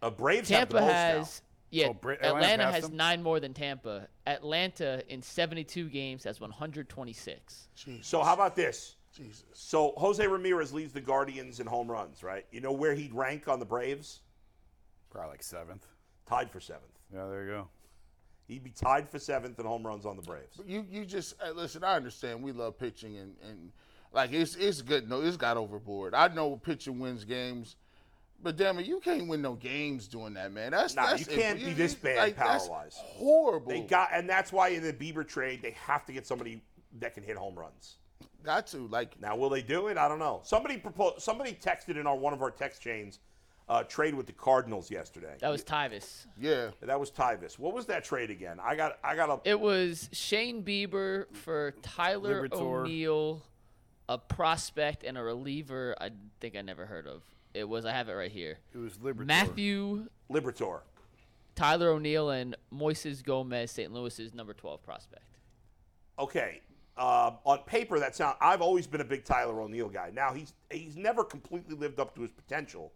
A: uh, Braves have the
D: Tampa
A: most
D: has yeah.
B: Oh, Brit- Atlanta
D: Atlanta
B: passed
D: has
B: them?
D: nine more than Tampa. Atlanta in 72 games has 126.
A: now. So how about this? Jesus. So Jose Ramirez leads the Guardians in home runs, right? You know where he'd rank on the Braves?
B: Probably like seventh.
A: Tied for seventh.
B: Yeah, there you go.
A: He'd be tied for seventh in home runs on the Braves.
C: You you just uh, listen. I understand. We love pitching and and like it's it's good. No, it's got overboard. I know pitching wins games, but damn it, you can't win no games doing that, man. That's
A: Nah, you
C: that's
A: can't be this bad
C: that's
A: power-wise.
C: Horrible.
A: They got, and that's why in the Bieber trade they have to get somebody that can hit home runs.
C: got to like
A: Now, will they do it? I don't know. Somebody proposed. Somebody texted in our one of our text chains uh, trade with the Cardinals yesterday.
D: That was Tyvis.
C: yeah.
A: That was Tyvis. What was that trade again? I got I got a
D: It was Shane Bieber for Tyler
B: Liberatore.
D: O'Neill, a prospect and a reliever. I think I never heard of. It was I have it right here.
B: It was Liberty.
D: Matthew
A: Libertor.
D: Tyler O'Neill and Moises Gomez, St. Louis's number 12 prospect.
A: Okay. Uh, on paper, that sound. I've always been a big Tyler O'Neill guy. Now he's he's never completely lived up to his potential.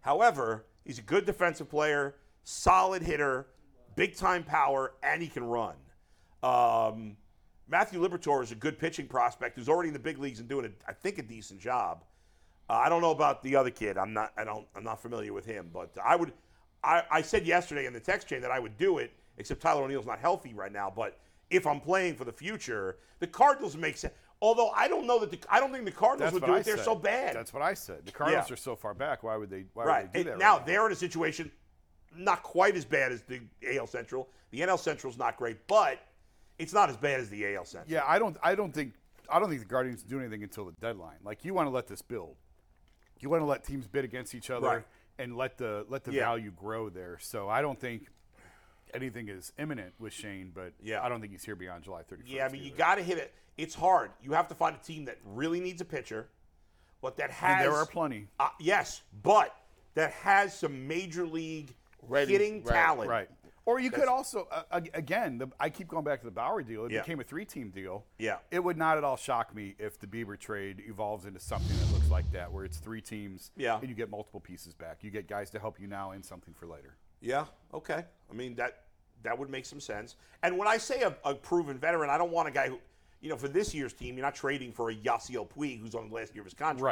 A: However, he's a good defensive player, solid hitter, big time power, and he can run. Um, Matthew Libertor is a good pitching prospect who's already in the big leagues and doing, a, I think, a decent job. Uh, I don't know about the other kid. I'm not. I don't. I'm not familiar with him. But I would. I, I said yesterday in the text chain that I would do it. Except Tyler O'Neill's not healthy right now. But if I'm playing for the future, the Cardinals make sense. Although I don't know that the, I don't think the Cardinals
B: That's
A: would
B: what
A: do
B: I
A: it. They're
B: said.
A: so bad.
B: That's what I said. The Cardinals
A: Yeah.
B: are so far back. Why would they? Why
A: Right.
B: would they do
A: And
B: that? right
A: now they're in a situation not quite as bad as the AL Central. The NL Central's not great, but it's not as bad as the AL Central.
B: Yeah, I don't. I don't think. I don't think the Guardians do anything until the deadline. Like you want to let this build. You want to let teams bid against each other
A: Right.
B: and let the let the
A: Yeah.
B: value grow there. So I don't think anything is imminent with Shane, but
A: Yeah.
B: I don't think he's here beyond July 31st.
A: Yeah, I mean, you
B: either.
A: got to hit it. It's hard. You have to find a team that really needs a pitcher, but that has.
B: And there are plenty.
A: Uh, yes, but that has some major league
C: Ready,
A: hitting
C: right,
A: talent.
B: Right. Or you could also, uh, ag- again, the, I keep going back to the Bowery deal. It
A: Yeah.
B: became a three-team deal.
A: Yeah.
B: It would not at all shock me if the Bieber trade evolves into something that looks like that, where it's three teams.
A: Yeah.
B: And you get multiple pieces back. You get guys to help you now and something for later.
A: Yeah. Okay. I mean that that would make some sense. And when I say a, a proven veteran, I don't want a guy who, you know, for this year's team, you're not trading for a Yasiel Puig who's on the last year of his contract.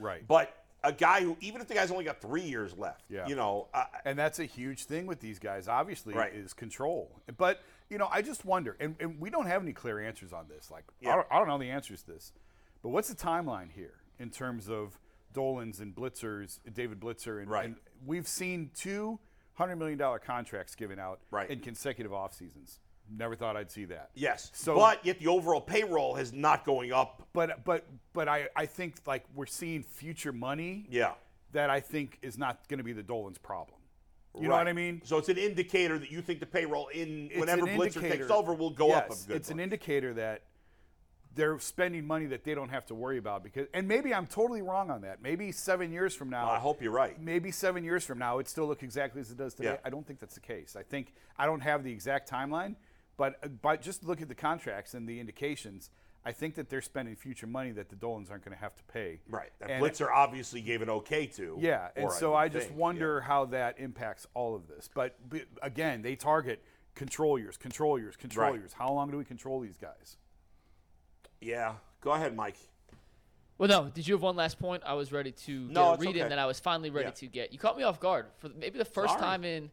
B: Right, right.
A: But a guy who, even if the guy's only got three years left,
B: Yeah.
A: you know, uh,
B: and that's a huge thing with these guys obviously
A: Right.
B: is control but you know i just wonder and, and we don't have any clear answers on this like
A: Yeah.
B: I, don't, I don't know the answers to this but what's the timeline here in terms of dolans and blitzers david blitzer and,
A: Right.
B: and we've seen two hundred million dollar contracts given out
A: Right.
B: in consecutive off seasons never thought i'd see that
A: yes.
B: so
A: but yet the overall payroll is not going up.
B: but but but i i think like we're seeing future money
A: Yeah.
B: that i think is not going to be the dolans problem you know what
A: Right.
B: i mean
A: So it's an indicator that you think the payroll in
B: it's
A: whenever
B: an
A: Blitzer
B: indicator-
A: takes over will go up.
B: yes,
A: A good
B: it's an
A: bunch.
B: indicator that they're spending money that they don't have to worry about because. And maybe I'm totally wrong on that. Maybe seven years from now.
A: I hope you're right.
B: Maybe seven years from now, it still look exactly as it does today.
A: Yeah.
B: I don't think that's the case. I think I don't have the exact timeline, but but just look at the contracts and the indications. I think that they're spending future money that the Dolans aren't going to have to pay.
A: Right. That
B: And-
A: Blitzer obviously gave an okay to.
B: yeah, and
A: or
B: so
A: would
B: I, just
A: think, yeah.
B: wonder how that impacts all of this. But, b again, they target control years, control years, control
A: Right.
B: years. How long do we control these guys?
A: Yeah. Go ahead, Mike.
D: Well, no. Did you have one last point? I was ready to
A: No,
D: get
A: it's
D: a read
A: okay.
D: in that I was finally ready
A: Yeah.
D: to get. You caught me off guard for maybe the first
A: Sorry.
D: time in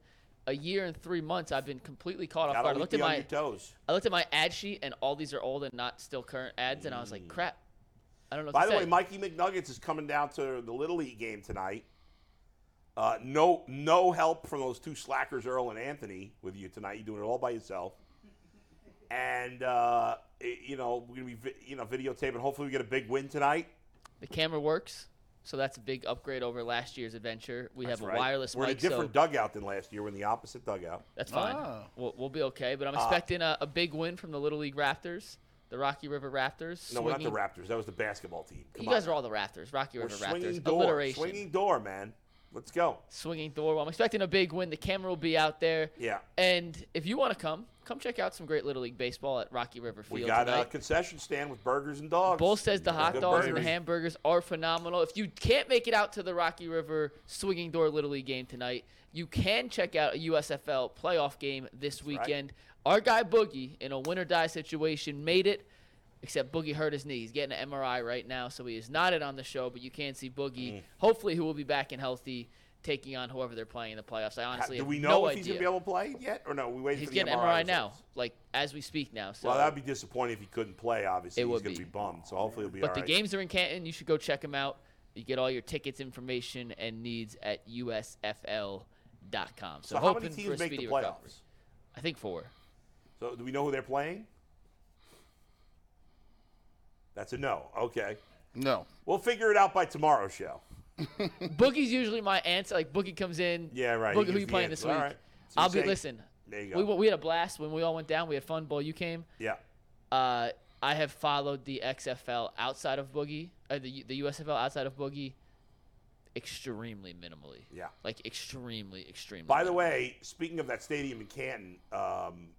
D: a year and three months. I've been completely caught off
A: Gotta
D: guard.
A: always
D: I looked
A: be
D: at
A: on
D: my
A: your toes.
D: I looked at my ad sheet and all these are old and not still current ads, and I was like, crap. I don't know. What
A: Mm. By
D: to
A: the
D: say.
A: way, Mikey McNuggets is coming down to the Little League game tonight. Uh, no, no help from those two slackers, Earl and Anthony, with you tonight. You're doing it all by yourself. And uh, it- you know we're gonna be vi- you know videotaping. Hopefully, we get a big win tonight.
D: the camera works, so that's a big upgrade over last year's adventure. We have a
A: Right?
D: wireless
A: We're in
D: mic,
A: a different
D: so
A: dugout than last year. We're in the opposite dugout.
D: that's fine.
C: Ah.
D: We'll, we'll be okay. But I'm
A: Ah.
D: expecting a, a big win from the Little League Raptors, the Rocky River Raptors.
A: No, we're not the
D: swinging-
A: Raptors. That was the basketball team. Come
D: You
A: on.
D: guys are all the Raptors, Rocky
A: We're
D: River
A: swinging
D: Raptors.
A: door,
D: Alliteration.
A: swinging door, man. Let's go.
D: swinging door. Well, I'm expecting a big win. The camera will be out there.
A: Yeah.
D: And if you want to come, come check out some great Little League baseball at Rocky River Field
A: We got uh, a
D: tonight.
A: concession stand with burgers and dogs.
D: Bull says the hot
A: Good
D: dogs and the
A: burgers.
D: hamburgers are phenomenal. If you can't make it out to the Rocky River Swinging Door Little League game tonight, you can check out a USFL playoff game this weekend. Our guy Boogie, in a win or die situation, made it, except Boogie hurt his knee. He's getting an MRI right now, so he is not in on the show, but you can see Boogie,
A: Mm.
D: hopefully, who will be back and healthy, taking on whoever they're playing in the playoffs. I
A: Ha-
D: honestly
A: Do
D: have
A: we know
D: no
A: if he's
D: idea.
A: gonna be able to play yet, or no? We waiting
D: he's
A: for the
D: getting
A: MRI,
D: MRI
A: results.
D: now, like as we speak now. So
A: Well, that'd be disappointing if he couldn't play. Obviously,
D: It
A: he's
D: would
A: gonna
D: be.
A: be bummed. So hopefully, he'll be
D: But
A: all
D: the
A: right.
D: games are in Canton. You should go check them out. You get all your tickets, information, and needs at usfl.com.
A: So
D: So,
A: how many
D: hoping for a
A: teams make
D: speedy
A: the
D: recovery.
A: playoffs?
D: I think four.
A: So do we know who they're playing? That's a no. Okay,
C: No.
A: we'll figure it out by tomorrow's show.
D: Boogie's usually my answer. Like Boogie comes in.
A: Yeah, right. He
D: Boogie, who
A: gives
D: you
A: the
D: playing
A: answer.
D: this week?
A: All right. So you
D: I'll be
A: say-
D: listen.
A: There you
D: We,
A: go.
D: we had a blast when we all went down. We had fun. Bull, you came.
A: Yeah.
D: Uh, I have followed the XFL outside of Boogie, uh, the U- the USFL outside of Boogie, extremely minimally.
A: Yeah.
D: Like extremely, extremely.
A: By the
D: minimally.
A: way, speaking of that stadium in Canton, um,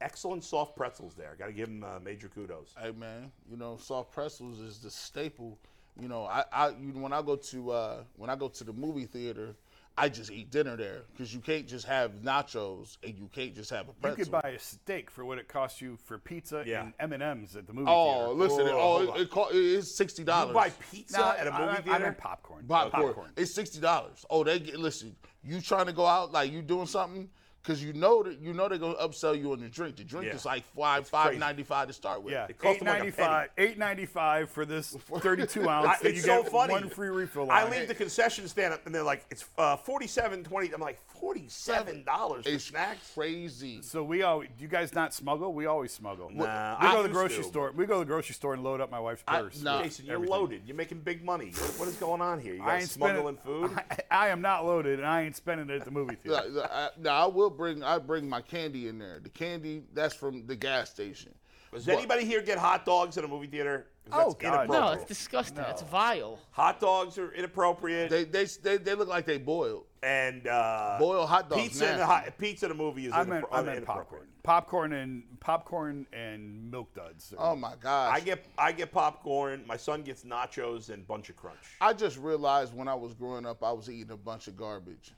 A: excellent soft pretzels there. Got to give him uh, major kudos.
C: Hey man, you know soft pretzels is the staple. You know, I, I you, when I go to uh, when I go to the movie theater, I just eat dinner there because you can't just have nachos and you can't just have a
B: You
C: pretzel.
B: could buy a steak for what it costs you for pizza
A: Yeah.
B: and M and M's at the movie theater.
C: oh, listen,
A: Whoa,
C: oh,
A: hold
C: it,
A: on.
C: it, co- it is sixty dollars.
A: You buy pizza
B: Nah,
A: at a
B: I-
A: movie
B: I- I
A: theater?
B: meant popcorn.
C: popcorn. It's sixty dollars. Oh, they get listen. You trying to go out like you doing something because you know that you know they're gonna upsell you on the drink. The drink
A: Yeah.
C: is like five
A: crazy.
C: five ninety five to start with.
B: Yeah,
A: It cost
B: eight
A: them like a
B: ninety five. Eight ninety five for this thirty two ounce.
A: I,
B: that
A: it's
B: you
A: so
B: get
A: funny.
B: One free refill.
A: I
B: on.
A: leave the concession stand up, and they're like, "It's uh, forty-seven twenty. I'm like, forty-seven dollars for
C: It's
A: snacks.
C: crazy.
B: So we always. Do you guys not smuggle? We always smuggle.
A: Nah,
B: we
A: I
B: go to the
A: used
B: grocery
A: to.
B: store. We go to the grocery store and load up my wife's purse.
C: nah.
B: with
A: Jason, you're
B: everything.
A: loaded. You're making big money. What is going on here? You
B: I
A: guys
B: ain't spending-
A: smuggling food?
B: I, I am not loaded, and I ain't spending it at the movie theater.
C: Now, I, now I will bring I bring my candy in there. The candy that's from the gas station.
A: Does
C: But-
A: anybody here get hot dogs at a movie theater? 'Cause
B: Oh,
A: that's
B: God,
D: no,
A: inappropriate.
D: it's disgusting. That's vile.
A: Hot dogs are inappropriate,
C: They, they they they look like they boiled.
A: and uh,
C: Boiled hot dogs,
A: Pizza in the
C: nasty.
A: hot, pizza in a movie is
B: I
A: inap-
B: meant, I meant
A: inappropriate.
B: popcorn. Popcorn and popcorn and milk duds.
C: Oh my gosh!
A: I get I get popcorn. My son gets nachos and bunch of crunch.
C: I just realized when I was growing up, I was eating a bunch of garbage.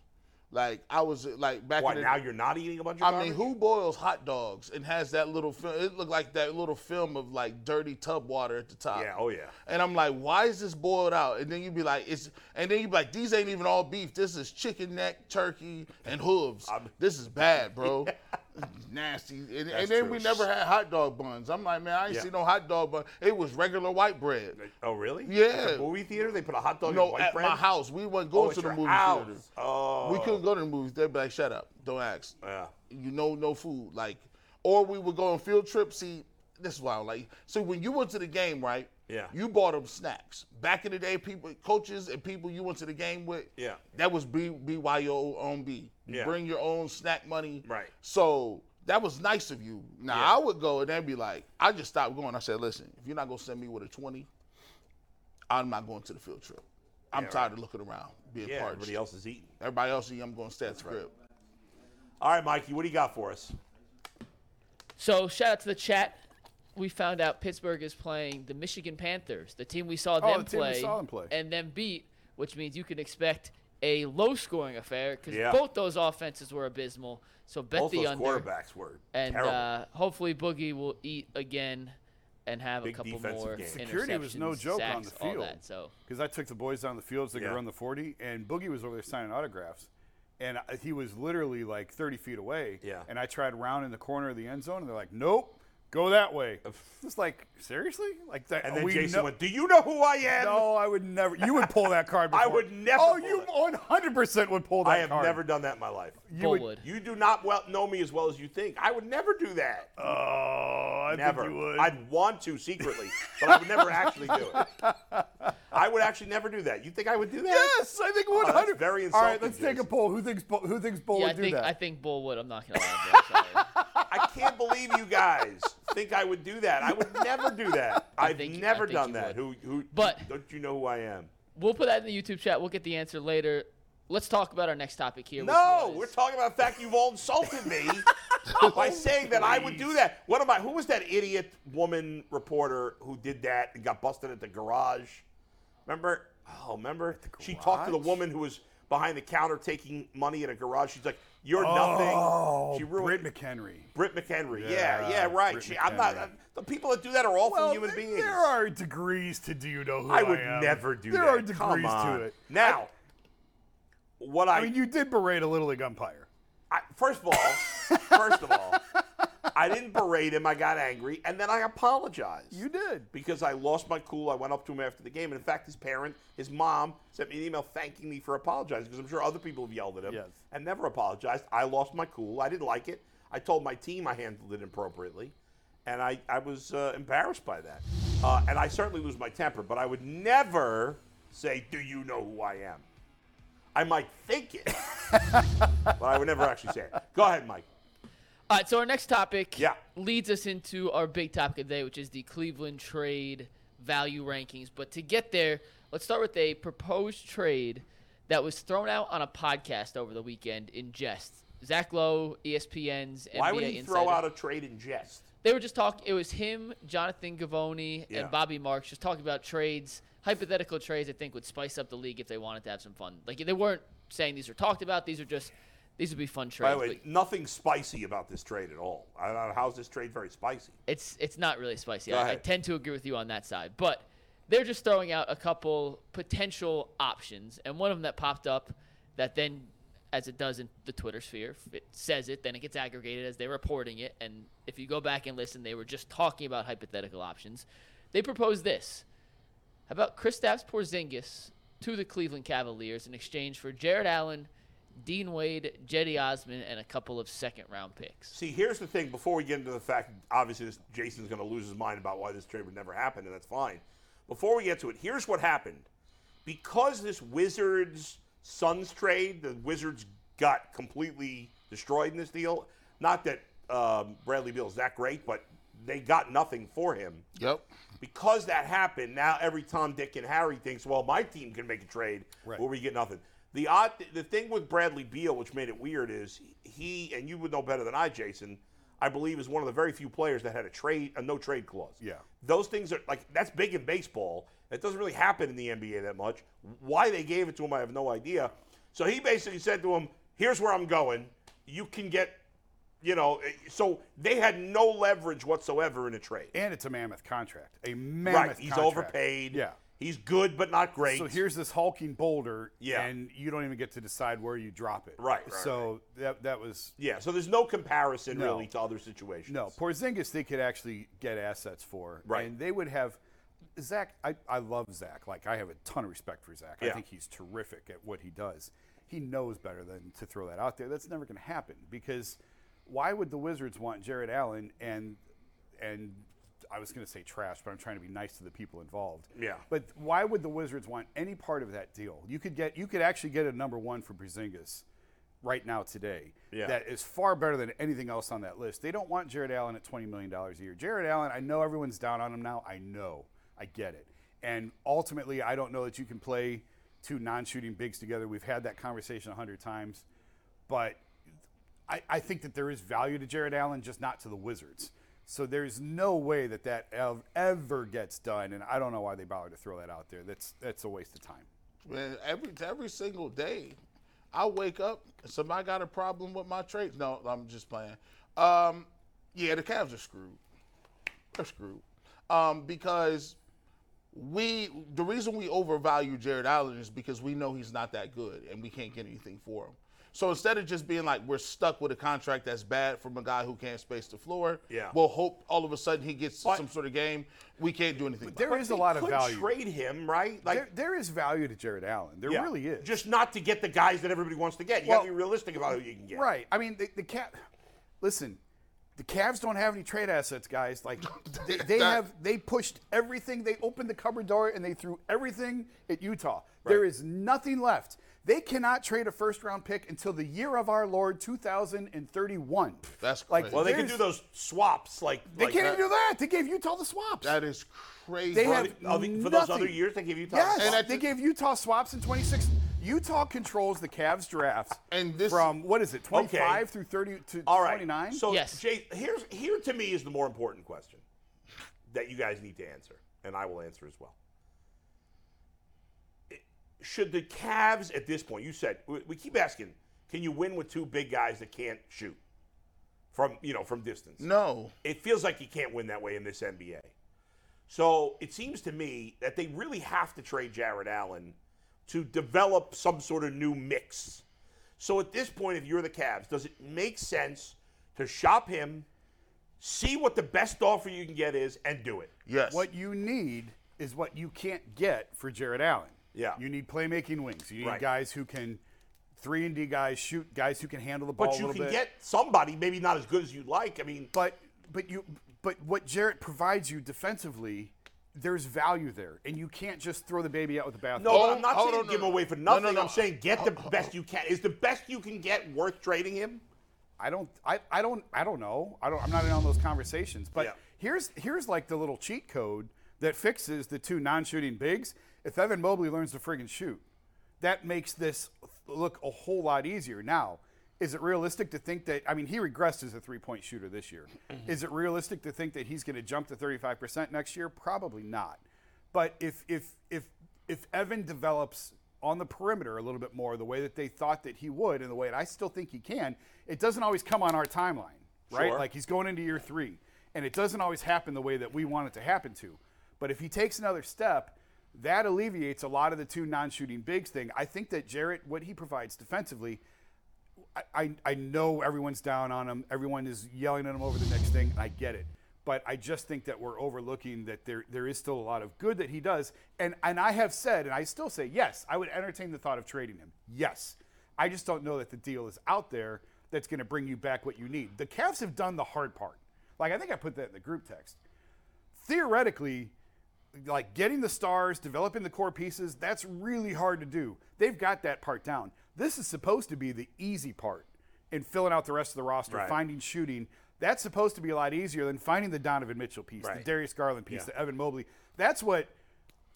C: Like I was like back
A: Why
C: in the,
A: now you're not eating a bunch of
C: I
A: garbage?
C: mean, who boils hot dogs and has that little film? It looked like that little film of like dirty tub water at the top.
A: Yeah, oh, yeah.
C: And I'm like, why is this boiled out? And then you'd be like, it's, and then you'd be like, these ain't even all beef. This is chicken neck, turkey, and hooves. this is bad, bro. Nasty. And, and
A: That's
C: then
A: true.
C: we never had hot dog buns. I'm like, man, I ain't
A: Yeah.
C: see no hot dog bun. It was regular white bread.
A: Oh, really?
C: Yeah.
A: At the movie theater, they put a hot dog in
C: No,
A: white
C: at
A: bread.
C: my house, we wasn't
A: Oh,
C: going
A: at
C: to the
A: your
C: movie
A: house.
C: theater.
A: Oh.
C: We couldn't go to the movies. They'd be like, shut up, don't ask
A: Yeah.
C: you know no food like or we would go on field trips see this is why I don't like so when you went to the game right
A: Yeah.
C: you bought them snacks back in the day people coaches and people you went to the game with
A: Yeah.
C: that was B, BYO on B you
A: Yeah.
C: bring your own snack money
A: Right.
C: so that was nice of you now
A: Yeah.
C: I would go and they'd be like I just stopped going I said listen if you're not gonna send me with a 20 I'm not going to the field trip I'm
A: Yeah,
C: tired of looking around being
A: Yeah,
C: parched
A: everybody else is eating.
C: everybody else I'm going to stay at the crib
A: All right, Mikey, what do you got for us?
D: So shout out to the chat. We found out Pittsburgh is playing the Michigan Panthers, the team we saw
B: Oh,
D: them
B: the team we
D: play,
B: saw them play.
D: and then beat, which means you can expect a low-scoring affair because
A: Yeah.
D: both those offenses were abysmal. So bet
A: Both
D: the
A: those
D: under,
A: quarterbacks were
D: and
A: terrible.
D: uh, hopefully Boogie will eat again and have
A: Big
D: a couple
A: defensive
D: more.
A: game.
B: Security was no
D: interceptions,
B: joke on
D: sacks,
B: the
D: all
B: field.
D: that, so
B: Because I took the boys down the field so they
A: Yeah.
B: could run the 40, and Boogie was over there signing autographs. And I- he was literally like 30 feet away.
A: Yeah.
B: And I tried round in the corner of the end zone, and they're like, nope, go that way. It's like, seriously? Like that.
A: and then
B: we
A: Jason
B: know-
A: went, "Do you know who I am?"
B: No, I would never. You would pull that card
A: I
B: before.
A: would never
B: Oh,
A: pull
B: you
A: that.
B: 100% would pull that
A: I have
B: card.
A: never done that in my life.
B: You
D: Bull
B: would-
D: would.
A: You do not well know me as well as you think. I would never do that.
B: Oh, I
A: never.
B: think you would.
A: I'd want to secretly, but I would never actually do it. I would actually never do that. You think I would do that?
B: Yes, I think 100.
A: Oh, that's very
B: All
A: insulting,
B: right, let's take a
A: Jason.
B: poll. Who thinks Bo- who thinks Bull
D: yeah, I
B: would do
D: think
B: that?
D: I think Bull would. I'm not gonna lie. Bro, sorry.
A: I can't believe you guys think I would do that. I would never do that. I've
D: think you- I
A: never
D: think
A: done
D: you
A: that. Who?
D: would.
A: Who?
D: But-
A: don't you know who I am?
D: We'll put that in the YouTube chat. We'll get the answer later. Let's talk about our next topic here. which
A: No,
D: was-
A: we're talking about the fact you've all insulted me by saying that I would do that. What am I? Who was that idiot woman reporter who did that and got busted at the garage? Remember? Oh, remember? She talked to the
B: garage?
A: woman who was behind the counter taking money at a garage. She's like, "You're
B: oh,
A: nothing." She ruined
B: Britt McHenry.
A: Britt McHenry. Yeah, yeah,
B: Yeah,
A: right.
B: Britt
A: she, I'm not.
B: McHenry.
A: the people that do that are awful
B: Well,
A: human
B: there,
A: beings.
B: there are degrees to do you know who I
A: I would
B: am.
A: never do
B: um, there
A: that.
B: There are
A: Come
B: degrees
A: on.
B: to it.
A: Now, what
B: I mean, you did berate a little league umpire.
A: I, first of all, first of all, I didn't berate him. I got angry, and then I apologized
B: You did.
A: because I lost my cool. I went up to him after the game, and in fact, his parent, his mom, sent me an email thanking me for apologizing because I'm sure other people have yelled at him
B: Yes.
A: and never apologized. I lost my cool. I didn't like it. I told my team I handled it appropriately, and I I was uh, embarrassed by that. Uh, and I certainly lose my temper, but I would never say, "Do you know who I am?" I might think it, but I would never actually say it. Go ahead, Mike.
D: All right, so our next topic
A: Yeah.
D: leads us into our big topic of the day, which is the Cleveland trade value rankings. But to get there, let's start with a proposed trade that was thrown out on a podcast over the weekend in jest. Zach Lowe, E ESPN's
A: Why
D: NBA
A: would he
D: insider.
A: throw out a trade in jest?
D: they were just talking. It was him, Jonathan Gavoni,
A: Yeah.
D: and Bobby Marks just talking about trades, hypothetical trades. I think would spice up the league if they wanted to have some fun. Like they weren't saying these are talked about. These are just these would be fun
A: By
D: trades.
A: the way,
D: but
A: nothing spicy about this trade at all. I don't know how's this trade very spicy.
D: it's it's not really spicy.
A: Go
D: I, I
A: ahead.
D: tend to agree with you on that side, but they're just throwing out a couple potential options, and one of them that popped up that then, as it does in the Twitter sphere, if it says it, then it gets aggregated as they're reporting it. And if you go back and listen, they were just talking about hypothetical options. They proposed this. How about Kristaps Porzingis to the Cleveland Cavaliers in exchange for Jared Allen, Dean Wade, Jetty Osman, and a couple of second-round picks?
A: See, here's the thing. Before we get into the fact, obviously, this, Jason's going to lose his mind about why this trade would never happen, and that's fine. Before we get to it, here's what happened. Because this Wizards Suns trade, the Wizards got completely destroyed in this deal. Not that um, Bradley Beal is that great, but they got nothing for him.
C: Yep.
A: because that happened, now every Tom, Dick, and Harry thinks, well, my team can make a trade
B: Right.
A: where we get nothing. The odd, the thing with Bradley Beal, which made it weird, is he and you would know better than I, Jason. I believe is one of the very few players that had a trade, a no trade clause.
B: Yeah.
A: those things are like that's big in baseball. It doesn't really happen in the NBA that much. Why they gave it to him, I have no idea. So he basically said to him, here's where I'm going. You can get, you know, eh, so they had no leverage whatsoever in a trade.
B: And it's a mammoth contract. A mammoth
A: right. He's
B: contract.
A: overpaid.
B: Yeah.
A: He's good, but not great.
B: So here's this hulking boulder,
A: Yeah.
B: and you don't even get to decide where you drop it.
A: Right, right,
B: so that that was
A: yeah. So there's no comparison
B: No.
A: really to other situations.
B: no Porzingis. They could actually get assets for,
A: Right.
B: And they would have Zach. I, I love Zach. Like I have a ton of respect for Zach.
A: Yeah.
B: I think he's terrific at what he does. He knows better than to throw that out there. That's never going to happen because why would the Wizards want Jared Allen and and I was going to say trash, but I'm trying to be nice to the people involved.
A: Yeah.
B: But why would the Wizards want any part of that deal? You could get you could actually get a number one for Porzingis right now today.
A: Yeah.
B: That is far better than anything else on that list. They don't want Jared Allen at twenty million dollars a year. Jared Allen, I know everyone's down on him now. I know. I get it. And ultimately I don't know that you can play two non shooting bigs together. We've had that conversation a hundred times. But I, I think that there is value to Jared Allen, just not to the Wizards. So there's no way that that ev- ever gets done, and I don't know why they bothered to throw that out there. That's that's a waste of time.
C: Man, every every single day, I wake up. Somebody got a problem with my trades. No, I'm just playing. Um, yeah, the Cavs are screwed. They're screwed um, because we the reason we overvalue Jared Allen is because we know he's not that good and we can't get anything for him. So instead of just being like we're stuck with a contract that's bad from a guy who can't space the floor,
A: Yeah.
C: we'll hope all of a sudden he gets some sort of game. We can't do anything. about it.
B: There is a lot of
A: Could
B: value.
A: trade him, right? Like
B: there, there is value to Jared Allen. There
A: yeah.
B: really is.
A: Just not to get the guys that everybody wants to get. You got to
B: Well,
A: be realistic about who you can get.
B: Right. I mean, the, the cat. Listen, the Cavs don't have any trade assets, guys. Like they, they
C: That-
B: have, they pushed everything. They opened the cupboard door and they threw everything at Utah. There is nothing left. They cannot trade a first round pick until the year of our Lord 2031.
C: That's
B: like
C: crazy.
A: Well, they can do
B: there's-
A: those swaps. Like
B: They
A: like
B: can't
A: that.
B: even do that. They gave Utah the swaps.
C: that is crazy.
B: They
A: Right.
B: have
A: Oh, the- for those
B: nothing.
A: other years, they gave Utah
B: Yes,
A: swaps.
C: And
B: they
C: I-
B: gave Utah swaps in 26. Utah controls the Cavs draft
C: And this-
B: from what is it, 25 through 30 to
A: All right.
B: 29?
A: So,
D: Yes.
A: Jay, here's here to me is the more important question that you guys need to answer, and I will answer as well. It- Should the Cavs at this point? You said we we keep asking, can you win with two big guys that can't shoot from you know from distance?
C: no.
A: it feels like you can't win that way in this NBA. So it seems to me that they really have to trade Jared Allen to develop some sort of new mix. So at this point, if you're the Cavs, does it make sense to shop him, see what the best offer you can get is, and do it?
C: Yes.
B: What you need is what you can't get for Jared Allen.
A: Yeah.
B: You need playmaking wings. You need
A: Right.
B: guys who can three and D guys shoot, guys who can handle the ball
A: But
B: a
A: you
B: little
A: can
B: bit.
A: get somebody, maybe not as good as you'd like. I mean,
B: but but you but what Jarrett provides you defensively, there's value there, and you can't just throw the baby out with the bathwater.
A: no,
C: Oh,
A: I'm not
C: oh,
A: saying
C: no,
A: give
C: no.
A: him away for
C: No, no,
A: nothing.
C: no. Oh,
A: I'm saying get the best you can. Is the best you can get worth trading him?
B: I don't I, I don't I don't know. I don't I'm not in on those conversations. But
A: Yeah.
B: here's here's like the little cheat code that fixes the two non-shooting bigs. If Evan Mobley learns to friggin' shoot, that makes this look a whole lot easier. Now, is it realistic to think that I mean he regressed as a three-point shooter this year. Is it realistic to think that he's going to jump to 35% next year? Probably not. But if if if if Evan develops on the perimeter a little bit more the way that they thought that he would and the way that I still think he can, it doesn't always come on our timeline, right?
A: Sure.
B: Like he's going into year 3 and it doesn't always happen the way that we want it to happen to. But if he takes another step, that alleviates a lot of the two non-shooting bigs thing. I think that Jarrett what he provides defensively I, I know everyone's down on him. Everyone is yelling at him over the next thing. I get it. But I just think that we're overlooking that there there is still a lot of good that he does. And and I have said, and I still say, yes, I would entertain the thought of trading him. Yes. I just don't know that the deal is out there that's going to bring you back what you need. The Cavs have done the hard part. Like I think I put that in the group text theoretically, like getting the stars, developing the core pieces, that's really hard to do. They've got that part down. This is supposed to be the easy part in filling out the rest of the roster,
A: Right.
B: finding shooting. That's supposed to be a lot easier than finding the Donovan Mitchell piece,
A: Right.
B: the Darius Garland piece,
A: Yeah.
B: the Evan Mobley. That's what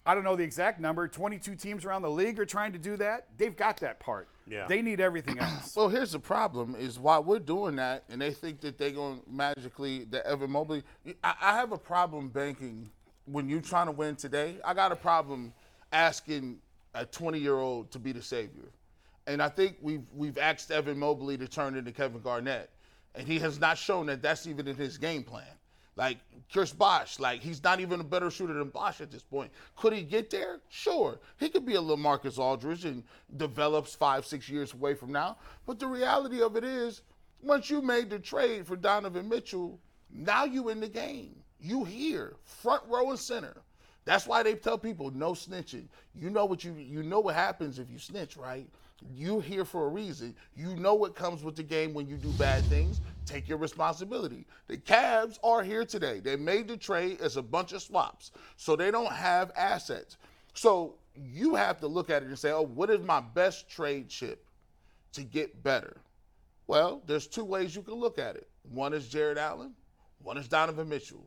B: I don't know the exact number. 22 teams around the league are trying to do that. They've got that part.
A: Yeah.
B: They need everything else.
C: Well, here's the problem: is why we're doing that, and they think that they're going to magically that Evan Mobley. I, I have a problem banking when you're trying to win today. I got a problem asking a 20 year old to be the savior. And I think we've we've asked Evan Mobley to turn into Kevin Garnett, and he has not shown that that's even in his game plan. Like Chris Bosch, like he's not even a better shooter than Bosch at this point. Could he get there? Sure, he could be a little Marcus Aldridge and develops five six years away from now. But the reality of it is, once you made the trade for Donovan Mitchell, now you in the game. You here, front row and center. That's why they tell people no snitching. You know what you you know what happens if you snitch, right? You here for a reason. You know what comes with the game when you do bad things. Take your responsibility. The Cavs are here today. They made the trade as a bunch of swaps, so they don't have assets. So you have to look at it and say, "Oh, what is my best trade chip to get better?" Well, there's two ways you can look at it. One is Jared Allen. One is Donovan Mitchell.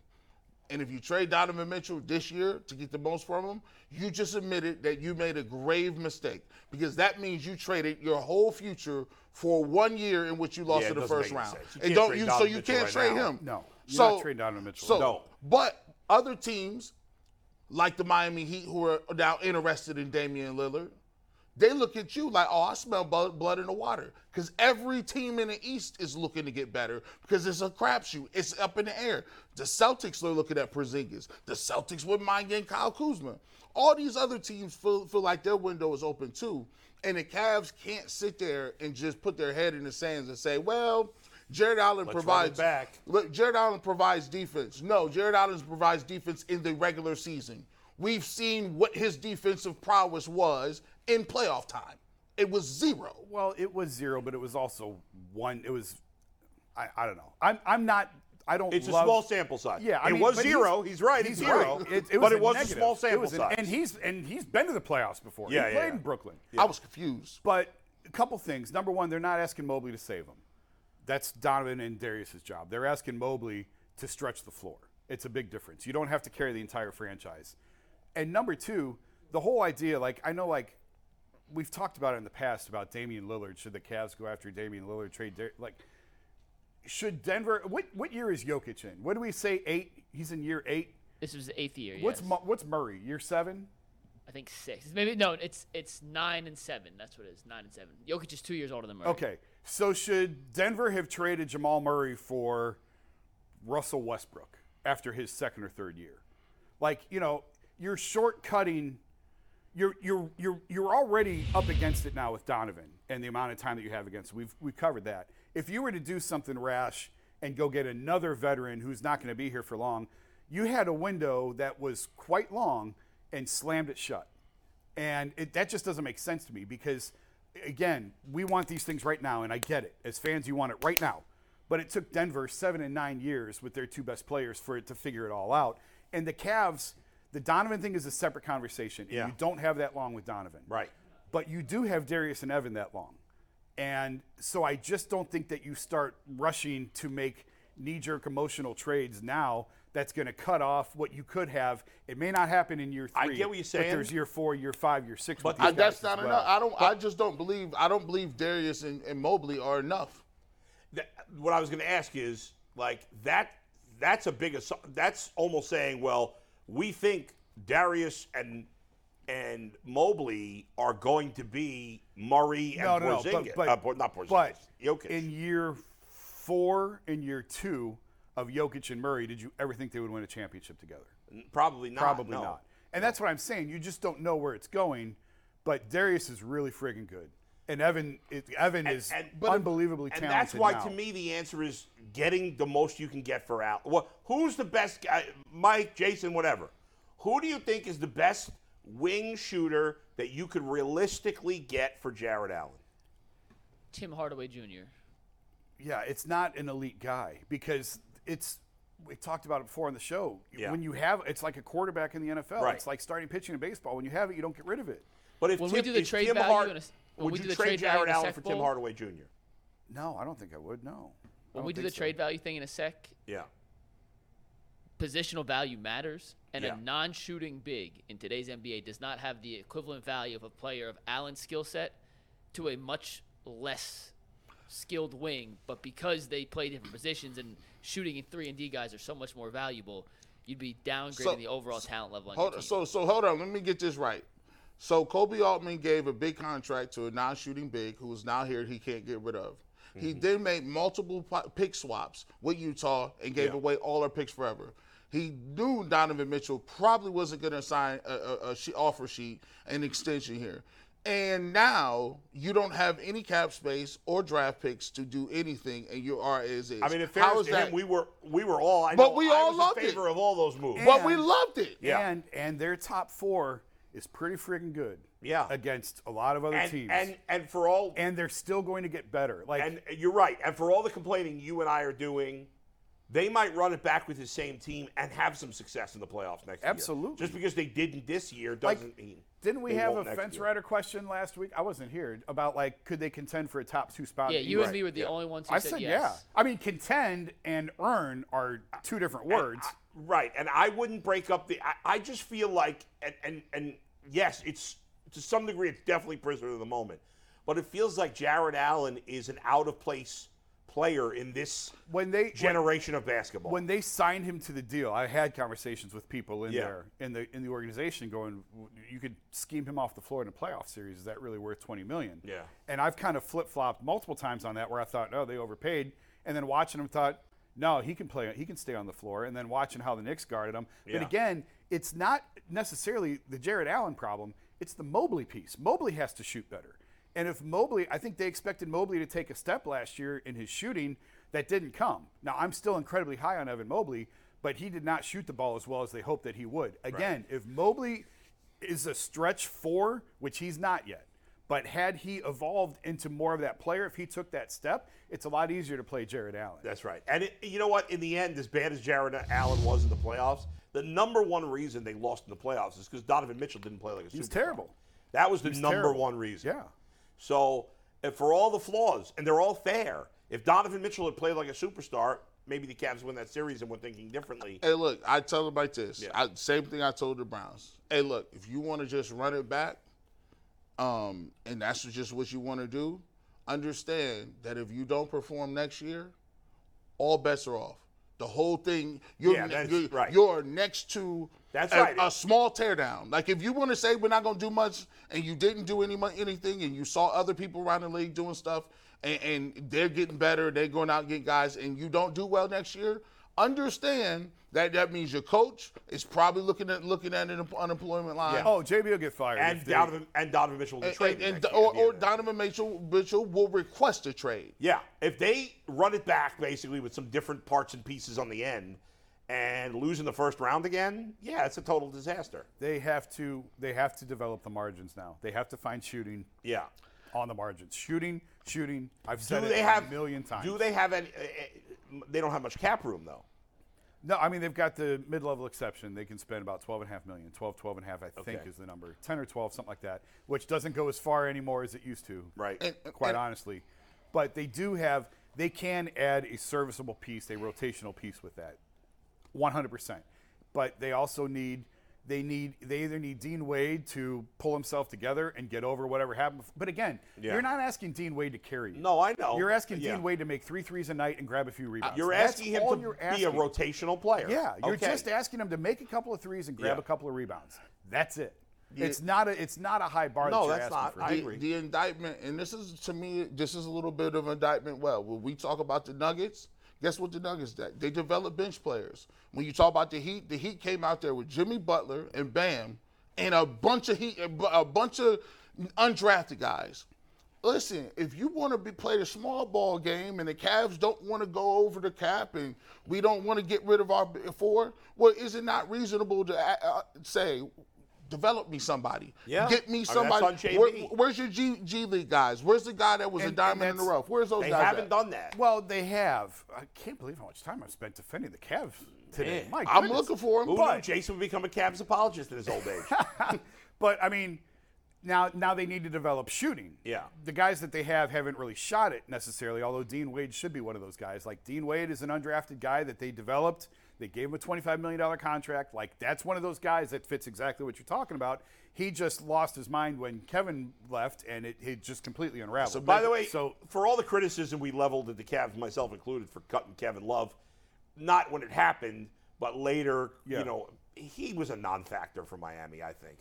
C: And if you trade Donovan Mitchell this year to get the most from him, you just admitted that you made a grave mistake because that means you traded your whole future for one year in which you lost
A: Yeah, it
C: in the
A: doesn't
C: first
A: make any
C: round.
A: sense. You
C: And
A: can't
C: don't
A: trade
C: you so
A: Donovan
C: you
A: Mitchell
C: can't
A: right
C: trade
A: now.
C: him.
B: No, you're not trading Donovan Mitchell.
C: So,
A: No.
C: but other teams like the Miami Heat who are now interested in Damian Lillard, they look at you like, oh, I smell bu- blood in the water. Because every team in the East is looking to get better because it's a crapshoot. It's up in the air. The Celtics are looking at Porzingis. The Celtics wouldn't mind getting Kyle Kuzma. All these other teams feel, feel like their window is open too. And the Cavs can't sit there and just put their head in the sands and say, well, Jared Allen
A: Let's run it
C: provides
A: back.
C: Look, Jared Allen provides defense. No, Jared Allen provides defense in the regular season. We've seen what his defensive prowess was in playoff time. It was zero.
B: Well, it was zero, but it was also one. It was, I, I don't know. I'm, I'm not. I don't.
A: It's a
B: love-
A: small sample size.
B: Yeah, I
A: it
B: mean,
A: was
B: but
A: zero. He's, right. It's zero.
B: right.
A: but
B: a
A: it was
B: negative.
A: a small
B: It
A: sample
B: was an-
A: size.
B: And he's and he's been to the playoffs before.
A: Yeah,
B: he
A: yeah,
B: played
A: yeah.
B: in Brooklyn.
C: I was confused.
B: But a couple things. Number one, they're not asking Mobley to save him. That's Donovan and Darius's job. They're asking Mobley to stretch the floor. It's a big difference. You don't have to carry the entire franchise. And number two, the whole idea, like I know, like we've talked about it in the past about Damian Lillard. Should the Cavs go after Damian Lillard? Trade Dar- like should Denver? What what year is Jokic in? What do we say? Eight. He's in year eight.
D: This was the eighth year.
B: What's
D: yes.
B: Mu- what's Murray? Year seven.
D: I think six. Maybe no. It's it's nine and seven. That's what it is. Nine and seven. Jokic is two years older than Murray.
B: Okay. So should Denver have traded Jamal Murray for Russell Westbrook after his second or third year? Like, you know, you're shortcutting you're you're you're you're already up against it now with Donovan and the amount of time that you have against. We've we covered that. If you were to do something rash and go get another veteran who's not going to be here for long, you had a window that was quite long and slammed it shut. And it, that just doesn't make sense to me because, again, we want these things right now, and I get it. As fans, you want it right now. But it took Denver seven and nine years with their two best players for it to figure it all out. And the Cavs, the Donovan thing is a separate conversation. and
A: Yeah.
B: You don't have that long with Donovan.
A: Right.
B: But you do have Darius and Evan that long. And so I just don't think that you start rushing to make knee jerk emotional trades now. That's going to cut off what you could have. It may not happen in year
A: I
B: three.
A: get what you're
B: But
A: saying.
B: there's year four, year five, year six. But
C: I, that's not enough. I don't. I just don't believe. I don't believe Darius and, and Mobley are enough.
A: That- what I was going to ask is like that. That's a big. assu- That's almost saying, well, we think Darius and and Mobley are going to be Murray
B: no,
A: and
B: no, no.
A: Porzingis.
B: But, but,
A: uh, Por- not Porzingis.
B: But
A: Jokic.
B: in year four and year two of Jokic and Murray, did you ever think they would win a championship together?
A: probably not.
B: Probably
A: Ah, no.
B: not. And that's what I'm saying. You just don't know where it's going. But Darius is really friggin' good, and Evan, it, Evan is unbelievably
A: and
B: talented.
A: that's why,
B: now.
A: to me, the answer is getting the most you can get for Al. Well, who's the best guy? Mike, Jason, whatever. Who do you think is the best wing shooter that you could realistically get for Jared Allen?
D: Tim Hardaway Jr.
B: yeah, it's not an elite guy because it's we talked about it before on the show.
A: Yeah.
B: When you have it's like a quarterback in the NFL.
A: Right.
B: It's like starting pitching in baseball. When you have it, you don't get rid of it.
A: But if
D: When
A: Tim,
D: we do the
A: if
D: trade
A: Tim
D: value
A: Hard-
D: in a s- when
A: would
D: we
A: you
D: do the
A: trade
D: trade value
A: Jared
D: in a
A: Allen
D: Sec
A: for Tim
D: Bowl?
A: Hardaway Jr.?
B: No, I don't think I would. No. I
D: When we
B: don't
D: do the
B: think so.
D: trade value thing in a sec,
A: Yeah.
D: positional value matters, and
A: Yeah.
D: a non-shooting big in today's NBA does not have the equivalent value of a player of Allen's skill set to a much less skilled wing. But because they play different positions and shooting and three and D guys are so much more valuable, you'd be downgrading
C: So-
D: the overall talent level on your
C: Hold
D: team.
C: so so hold on. Let me get this right. So Kobe Altman gave a big contract to a non-shooting big who is now here he can't get rid of. He
A: Mm-hmm.
C: then made multiple po- pick swaps with Utah and gave away all our picks forever. He knew Donovan Mitchell probably wasn't going to sign a, a, a she- offer sheet an extension here. And now you don't have any cap space or draft picks to do anything, and you are as is.
A: I mean, in
C: How
A: fairness
C: is
A: to him,
C: that?
A: we were we were all. I
C: But
A: know,
C: we
A: I
C: all
A: was
C: loved
A: in
C: it.
A: favor of all those moves.
C: but we
B: And-
C: loved it.
A: Yeah.
B: And and their top four is pretty friggin' good.
A: Yeah.
B: Against a lot of other
A: and,
B: teams.
A: and and for all
B: And they're still going to get better. Like
A: And you're right. And for all the complaining you and I are doing, they might run it back with the same team and have some success in the playoffs next year.
B: Absolutely.
A: Just because they didn't this year
B: like,
A: doesn't mean.
B: didn't we
A: they
B: have a
A: won't next
B: fence
A: year.
B: rider question last week? I wasn't here about like could they contend for a top two spot?
D: Yeah,
B: in the
D: you
B: East?
D: and me were the only ones who
B: I
D: said,
B: said yeah.
D: yes.
B: I mean, contend and earn are two different words.
A: Right. And I wouldn't break up the. I, I just feel like, and, and, and yes, it's to some degree, it's definitely prisoner of the moment. But it feels like Jared Allen is an out of place player in this
B: when they when,
A: generation of basketball.
B: when they signed him to the deal, I had conversations with people in
A: Yeah.
B: there in the in the organization going, "W- you could scheme him off the floor in a playoff series. Is that really worth twenty million?
A: Yeah.
B: And I've kind of flip flopped multiple times on that where I thought, oh, they overpaid, and then watching him thought, no, he can play, he can stay on the floor, and then watching how the Knicks guarded him.
A: Yeah.
B: But again, it's not necessarily the Jared Allen problem. It's the Mobley piece. Mobley has to shoot better. And if Mobley, I think they expected Mobley to take a step last year in his shooting. That didn't come. Now, I'm still incredibly high on Evan Mobley, but he did not shoot the ball as well as they hoped that he would. Again, if Mobley is a stretch four, which he's not yet, but had he evolved into more of that player, if he took that step, it's a lot easier to play Jared Allen.
A: That's right. And it, you know what? In the end, as bad as Jared Allen was in the playoffs, the number one reason they lost in the playoffs is because Donovan Mitchell didn't play like a superstar.
B: He's terrible.
A: That was the number
B: terrible.
A: one reason.
B: Yeah.
A: So, and for all the flaws, and they're all fair, if Donovan Mitchell had played like a superstar, maybe the Cavs win that series and we're thinking differently.
C: Hey, look, I tell them like this.
A: Yeah.
C: I, same thing I told the Browns. Hey, look, if you want to just run it back, um, and that's just what you want to do, understand that if you don't perform next year, all bets are off. The whole thing, you're,
A: Yeah, that's
C: you're,
A: right.
C: you're next to
A: That's
C: a,
A: right.
C: a small teardown. Like if you want to say we're not going to do much, and you didn't do any mu- anything, and you saw other people around the league doing stuff, and, and they're getting better, they're going out and get guys, and you don't do well next year, understand that that means your coach is probably looking at looking at an unemployment line.
A: Yeah.
B: Oh, JB will get fired.
A: and,
B: if they-
A: Donovan, and Donovan Mitchell will
C: And,
A: get traded.
C: and-
A: next year
C: or,
A: at the end
C: or
A: of that.
C: Donovan Mitchell, Mitchell will request a trade.
A: Yeah, if they run it back basically with some different parts and pieces on the end and lose in the first round again, yeah, it's a total disaster.
B: they have to they have to develop the margins now. They have to find shooting
A: Yeah.
B: on the margins. Shooting, shooting. I've
A: Do
B: said it
A: they have
B: a million times.
A: Do they have any? eh, eh, They don't have much cap room though.
B: No, I mean they've got the mid-level exception. They can spend about 12 and a half million. 12, 12 and a half, I think
A: Okay.
B: is the number. 10 or 12, something like that, which doesn't go as far anymore as it used to.
A: Right. And-
B: quite
C: and-
B: honestly. But they do have they can add a serviceable piece, a rotational piece with that. 100%. But they also need they need they either need Dean Wade to pull himself together and get over whatever happened. bef- But again, you're not asking Dean Wade to carry you.
A: No, I know.
B: You're asking
A: Yeah.
B: Dean Wade to make three threes a night and grab a few rebounds.
A: You're
B: That's
A: asking him
B: all
A: to
B: you're
A: be a
B: asking.
A: rotational player.
B: Yeah, you're
A: Okay.
B: just asking him to make a couple of threes and grab
A: Yeah.
B: a couple of rebounds. That's it. It's not a it's not a high bar.
A: No,
B: that you're
A: that's
B: asking
A: not.
B: For.
A: I
C: the,
A: agree.
C: the indictment, and this is to me, this is a little bit of indictment. Well, when we talk about the Nuggets, guess what the Nuggets did? They developed bench players. When you talk about the Heat, the Heat came out there with Jimmy Butler and Bam, and a bunch of Heat, a bu- a bunch of undrafted guys. Listen, if you want to be play the small ball game and the Cavs don't want to go over the cap and we don't want to get rid of our b- four, well, is it not reasonable to uh, uh, say, develop me somebody,
A: Yeah.
C: get
A: I mean,
C: me
A: that's
C: somebody?
A: on JB.
C: Where- Where's your G, G League guys? Where's the guy that was
B: And-
C: a
B: and
C: diamond in the
B: that's-
C: rough? Where's those
A: They
C: guys?
A: haven't
C: at?
A: done that.
B: Well, they have. I can't believe how much time I've spent defending the Cavs today.
A: Man.
B: My
C: I'm
B: goodness.
C: looking for him.
A: Who knew Jason would become a Cavs apologist in his old age?
B: But I mean, now now they need to develop shooting.
A: Yeah.
B: The guys that they have haven't really shot it necessarily. Although Dean Wade should be one of those guys. Like Dean Wade is an undrafted guy that they developed. They gave him a $25 million contract. Like that's one of those guys that fits exactly what you're talking about. He just lost his mind when Kevin left, and it, it just completely unraveled. So
A: By the way,
B: so
A: for all the criticism we leveled at the Cavs, myself included, for cutting Kevin Love, not when it happened, but later,
B: Yeah.
A: you know, he was a non-factor for Miami. I think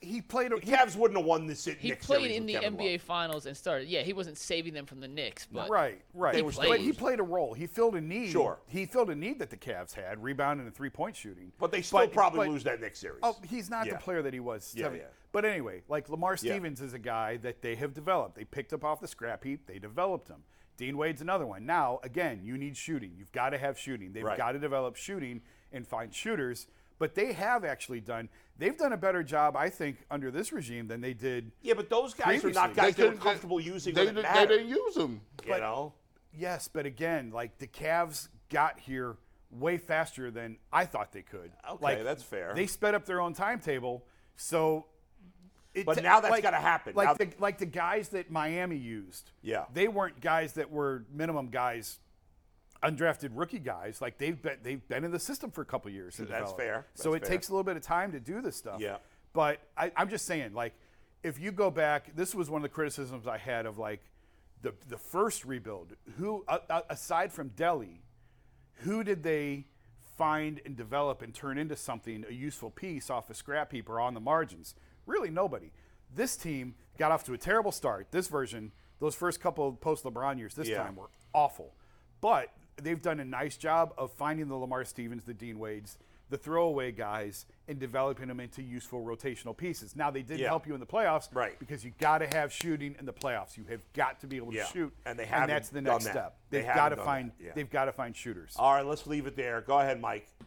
B: he played.
A: The
B: a-
A: Cavs wouldn't have won this.
D: He played in the NBA Finals and started. Yeah, he wasn't saving them from the Knicks, but
B: Right, right.
D: They were
B: but he
D: played.
B: played a role. He filled a need.
A: Sure.
B: He filled a need that the Cavs had, rebounding and three point shooting.
A: But they still probably
B: but-
A: lose that next series.
B: Oh, he's not
A: Yeah.
B: the player that he was.
A: Yeah,
B: seven-
A: yeah.
B: But anyway, like Lamar Stevens is a guy that they have developed. They picked up off the scrap heap. They developed him. Dean Wade's another one. Now, again, you need shooting. You've got to have shooting. They've
A: Right.
B: got to develop shooting and find shooters. But they have actually done. They've done a better job, I think, under this regime than they did.
A: yeah, but those guys are
B: Previously,
A: not
B: they
A: guys that are
C: couldn't-
A: comfortable using
C: They,
A: when it
C: did- they
A: mattered,
C: didn't use him.
A: you know?
B: Yes, but again, like the Cavs got here way faster than I thought they could.
A: Okay,
B: like,
A: that's fair.
B: They sped up their own timetable, so. It
A: But
B: ta-
A: now that's gotta happen.
B: Like
A: Now-
B: the, like the guys that Miami used.
A: Yeah.
B: they weren't guys that were minimum guys, undrafted rookie guys. Like they've been they've been in the system for a couple years. and
A: That's
B: developed.
A: fair.
B: so
A: That's
B: it
A: fair.
B: takes a little bit of time to do this stuff.
A: Yeah.
B: But I, I'm just saying, like, if you go back, this was one of the criticisms I had of like the the first rebuild. Who uh, uh, aside from Delhi, who did they find and develop and turn into something a useful piece off a scrap heap or on the margins? Really, nobody. This team got off to a terrible start. This version, those first couple post LeBron years, this
A: Yeah.
B: time were awful, but they've done a nice job of finding the Lamar Stevens, the Dean Wades, the throwaway guys, and developing them into useful rotational pieces. Now they didn't
A: Yeah.
B: help you in the playoffs,
A: Right.
B: Because you got to have shooting in the playoffs. You have got to be able to
A: Yeah.
B: shoot,
A: And they haven't
B: that's the
A: done
B: next
A: that.
B: step.
A: They
B: They've got
A: haven't
B: to
A: done
B: find.
A: that. Yeah.
B: They've got to find shooters.
A: All right, let's leave it there. Go ahead, Mike.